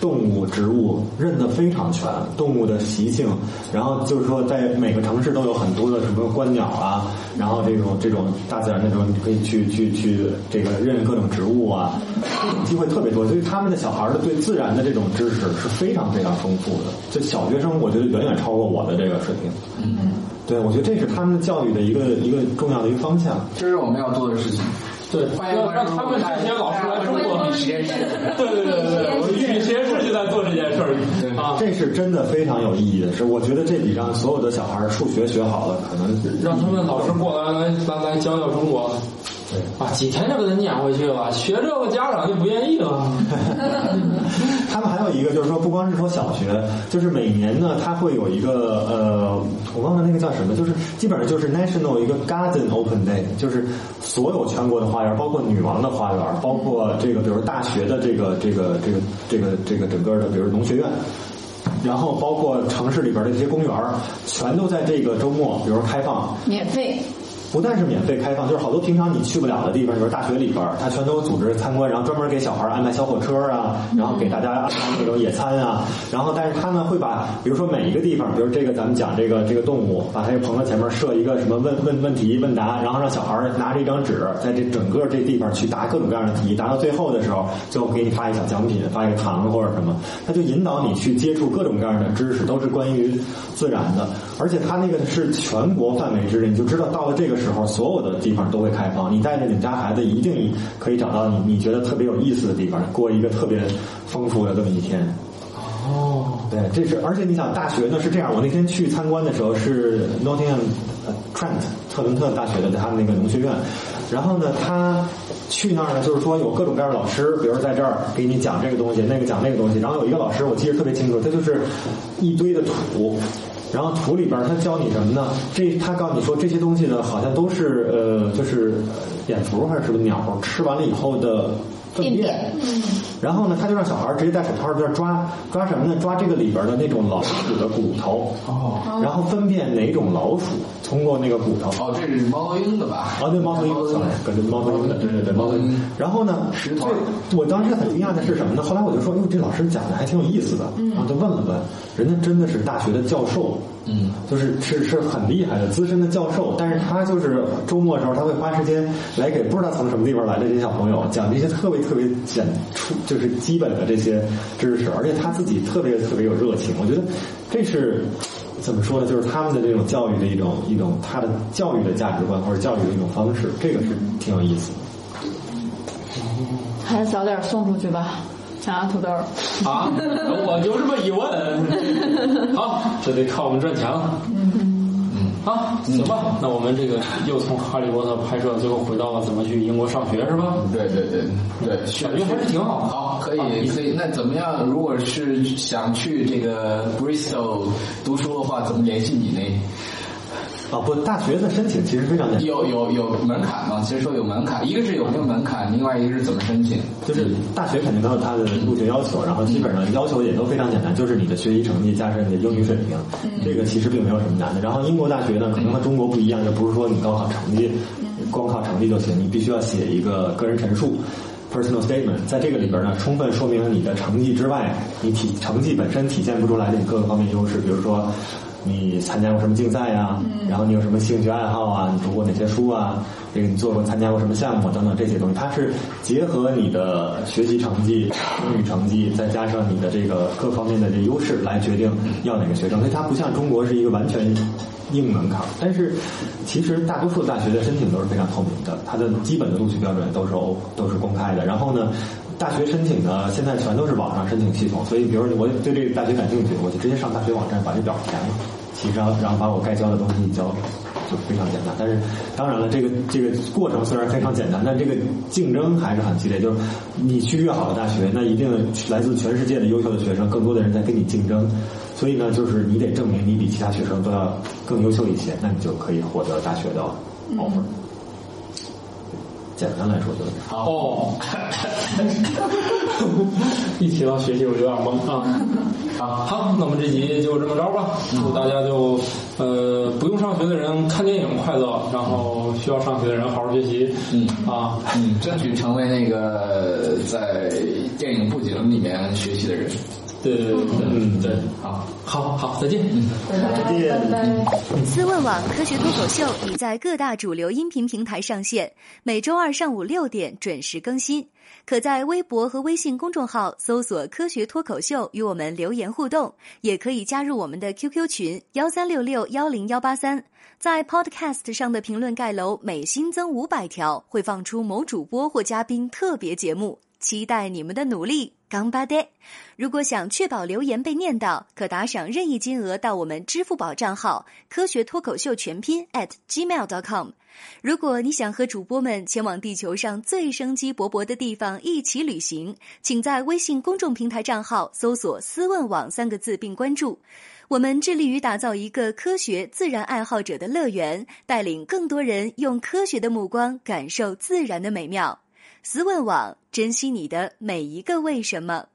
Speaker 5: 动物、植物认得非常全，动物的习性，然后就是说在每个城市都有很多的什么观鸟啊，然后这种这种大自然那种，你可以去去去这个认各种植物啊，这种机会特别多，所以他们的小孩儿的对自然的这种知识是非常非常丰富的。就小学生，我觉得远远超过我的这个水平。嗯，对，我觉得这是他们的教育的一个一个重要的一个方向。
Speaker 6: 这是我们要做的事情。
Speaker 3: 对，
Speaker 6: 欢迎
Speaker 3: 让
Speaker 6: 关
Speaker 3: 让
Speaker 6: 注
Speaker 3: 他们这些老师来
Speaker 6: 中
Speaker 3: 中
Speaker 6: 国
Speaker 3: 国
Speaker 6: 实验室。
Speaker 3: 对对对对，对我们与实验室就在做这件事儿啊，
Speaker 5: 这是真的非常有意义的事，我觉得这比让所有的小孩儿数学学好了，可能
Speaker 3: 让他们老师过来来来来教教中国。啊，几天就给他撵回去了，学这个家长就不愿意了。
Speaker 5: 他们还有一个就是说，不光是说小学，就是每年呢，他会有一个呃，我忘了那个叫什么，就是基本上就是 national 一个 garden open day，就是所有全国的花园，包括女王的花园，包括这个比如大学的这个这个这个这个这个整个的，比如农学院。然后包括城市里边的这些公园儿，全都在这个周末，比如开放，
Speaker 4: 免费，
Speaker 5: 不但是免费开放，就是好多平常你去不了的地方，比如大学里边儿，它全都组织参观，然后专门给小孩儿安排小火车啊，然后给大家安排那种野餐啊。然后，但是他呢会把，比如说每一个地方，比如这个咱们讲这个这个动物，把它这个棚子前面设一个什么问问问题问答，然后让小孩儿拿着一张纸，在这整个这地方去答各种各样的题，答到最后的时候，就给你发一小奖品，发一个糖或者什么，他就引导你去接触各种各样的知识，都是关于自然的。而且他那个是全国范围之内，你就知道到了这个时候，所有的地方都会开放。你带着你们家孩子，一定可以找到你你觉得特别有意思的地方，过一个特别丰富的这么一天。
Speaker 3: 哦，
Speaker 5: 对，这是而且你想，大学呢是这样，我那天去参观的时候是 Nottingham 呃 Trent 特伦特大学的他们那个农学院，然后呢，他去那儿呢，就是说有各种各样的老师，比如在这儿给你讲这个东西，那个讲那个东西，然后有一个老师我记得特别清楚，他就是一堆的土。然后土里边儿他教你什么呢？这他告诉你说这些东西呢，好像都是呃，就是蝙蝠还是什么鸟吃完了以后的粪
Speaker 4: 便
Speaker 5: 便，然后呢，他就让小孩儿直接戴手套儿在这儿抓抓什么呢？抓这个里边儿的那种老鼠的骨头，哦，然后分辨哪种老鼠，通过那个骨头。
Speaker 6: 哦，这是猫头鹰的吧？
Speaker 5: 哦，对，猫头鹰，跟着猫头鹰的，对对对，猫头鹰。然后呢，
Speaker 6: 石头
Speaker 5: 最我当时很惊讶的是什么呢？后来我就说，哟，这老师讲的还挺有意思的，然后就问了问，人家真的是大学的教授，嗯，就是是是很厉害的资深的教授，但是他就是周末的时候他会花时间来给不知道从什么地方来的这些小朋友讲这些特别特别简出就是基本的这些知识，而且他自己特别特别有热情，我觉得这是。怎么说呢？就是他们的这种教育的一种一种他的教育的价值观或者教育的一种方式，这个是挺有意思的。
Speaker 2: 还是早点送出去吧。想要土豆，
Speaker 3: 啊，我就这么一问， 好，这得靠我们赚钱了。嗯，啊，行吧，那我们这个又从《哈利波特》拍摄，最后回到了怎么去英国上学是吧？
Speaker 6: 对对对对，选
Speaker 3: 感觉还是挺好的
Speaker 6: 好，可以可以。那怎么样？如果是想去这个 Bristol 读书的话，怎么联系你呢？
Speaker 5: 啊，不，大学的申请其实非常简单，
Speaker 6: 有有有门槛吗？其实说有门槛，一个是有没有门槛，另外一个是怎么申请。
Speaker 5: 就是大学肯定都有它的入学要求，然后基本上要求也都非常简单，就是你的学习成绩加上你的英语水平，这个其实并没有什么难的。然后英国大学呢，可能和中国不一样，就不是说你高考成绩，光靠成绩就行，你必须要写一个个人陈述。personal statement，在这个里边呢，充分说明了你的成绩之外，你体成绩本身体现不出来的你各个方面优势，比如说你参加过什么竞赛呀、然后你有什么兴趣爱好啊，你读过哪些书啊，这个你做过参加过什么项目等等这些东西，它是结合你的学习成绩、英语成绩，再加上你的这个各方面的这优势来决定要哪个学生，所以它不像中国是一个完全硬门槛，但是其实大多数大学的申请都是非常透明的，它的基本的录取标准都是欧都是公开的。然后呢，大学申请呢现在全都是网上申请系统，所以比如说我对这个大学感兴趣，我就直接上大学网站把这表填了，其实然后然后把我该交的东西交了。就非常简单，但是当然了，这个这个过程虽然非常简单，但这个竞争还是很激烈。就是你去越好的大学，那一定来自全世界的优秀的学生，更多的人在跟你竞争。所以呢，就是你得证明你比其他学生都要更优秀一些，那你就可以获得大学的 offer。简单来说就是这样。
Speaker 3: 哦， 一提到学习我就有点懵啊。啊，好，那么这集就这么着吧。祝大家就呃不用上学的人看电影快乐，然后需要上学的人好好学习。
Speaker 6: 嗯
Speaker 3: 啊，
Speaker 6: 嗯，争取成为那个在电影布景里面学习的人。
Speaker 3: 对对对
Speaker 5: 嗯
Speaker 3: 对，
Speaker 6: 好，
Speaker 3: 好好再见。
Speaker 5: 再见。
Speaker 9: 思问网科学脱口秀已在各大主流音频平台上线，每周二上午六点准时更新。可在微博和微信公众号搜索“科学脱口秀”与我们留言互动，也可以加入我们的 QQ 群幺三六六幺零幺八三。在 Podcast 上的评论盖楼每新增五百条，会放出某主播或嘉宾特别节目。期待你们的努力，干巴爹！如果想确保留言被念到，可打赏任意金额到我们支付宝账号“科学脱口秀全拼 ”at gmail.com。如果你想和主播们前往地球上最生机勃勃的地方一起旅行，请在微信公众平台账号搜索“思问网”三个字并关注。我们致力于打造一个科学自然爱好者的乐园，带领更多人用科学的目光感受自然的美妙。思问网，珍惜你的每一个为什么。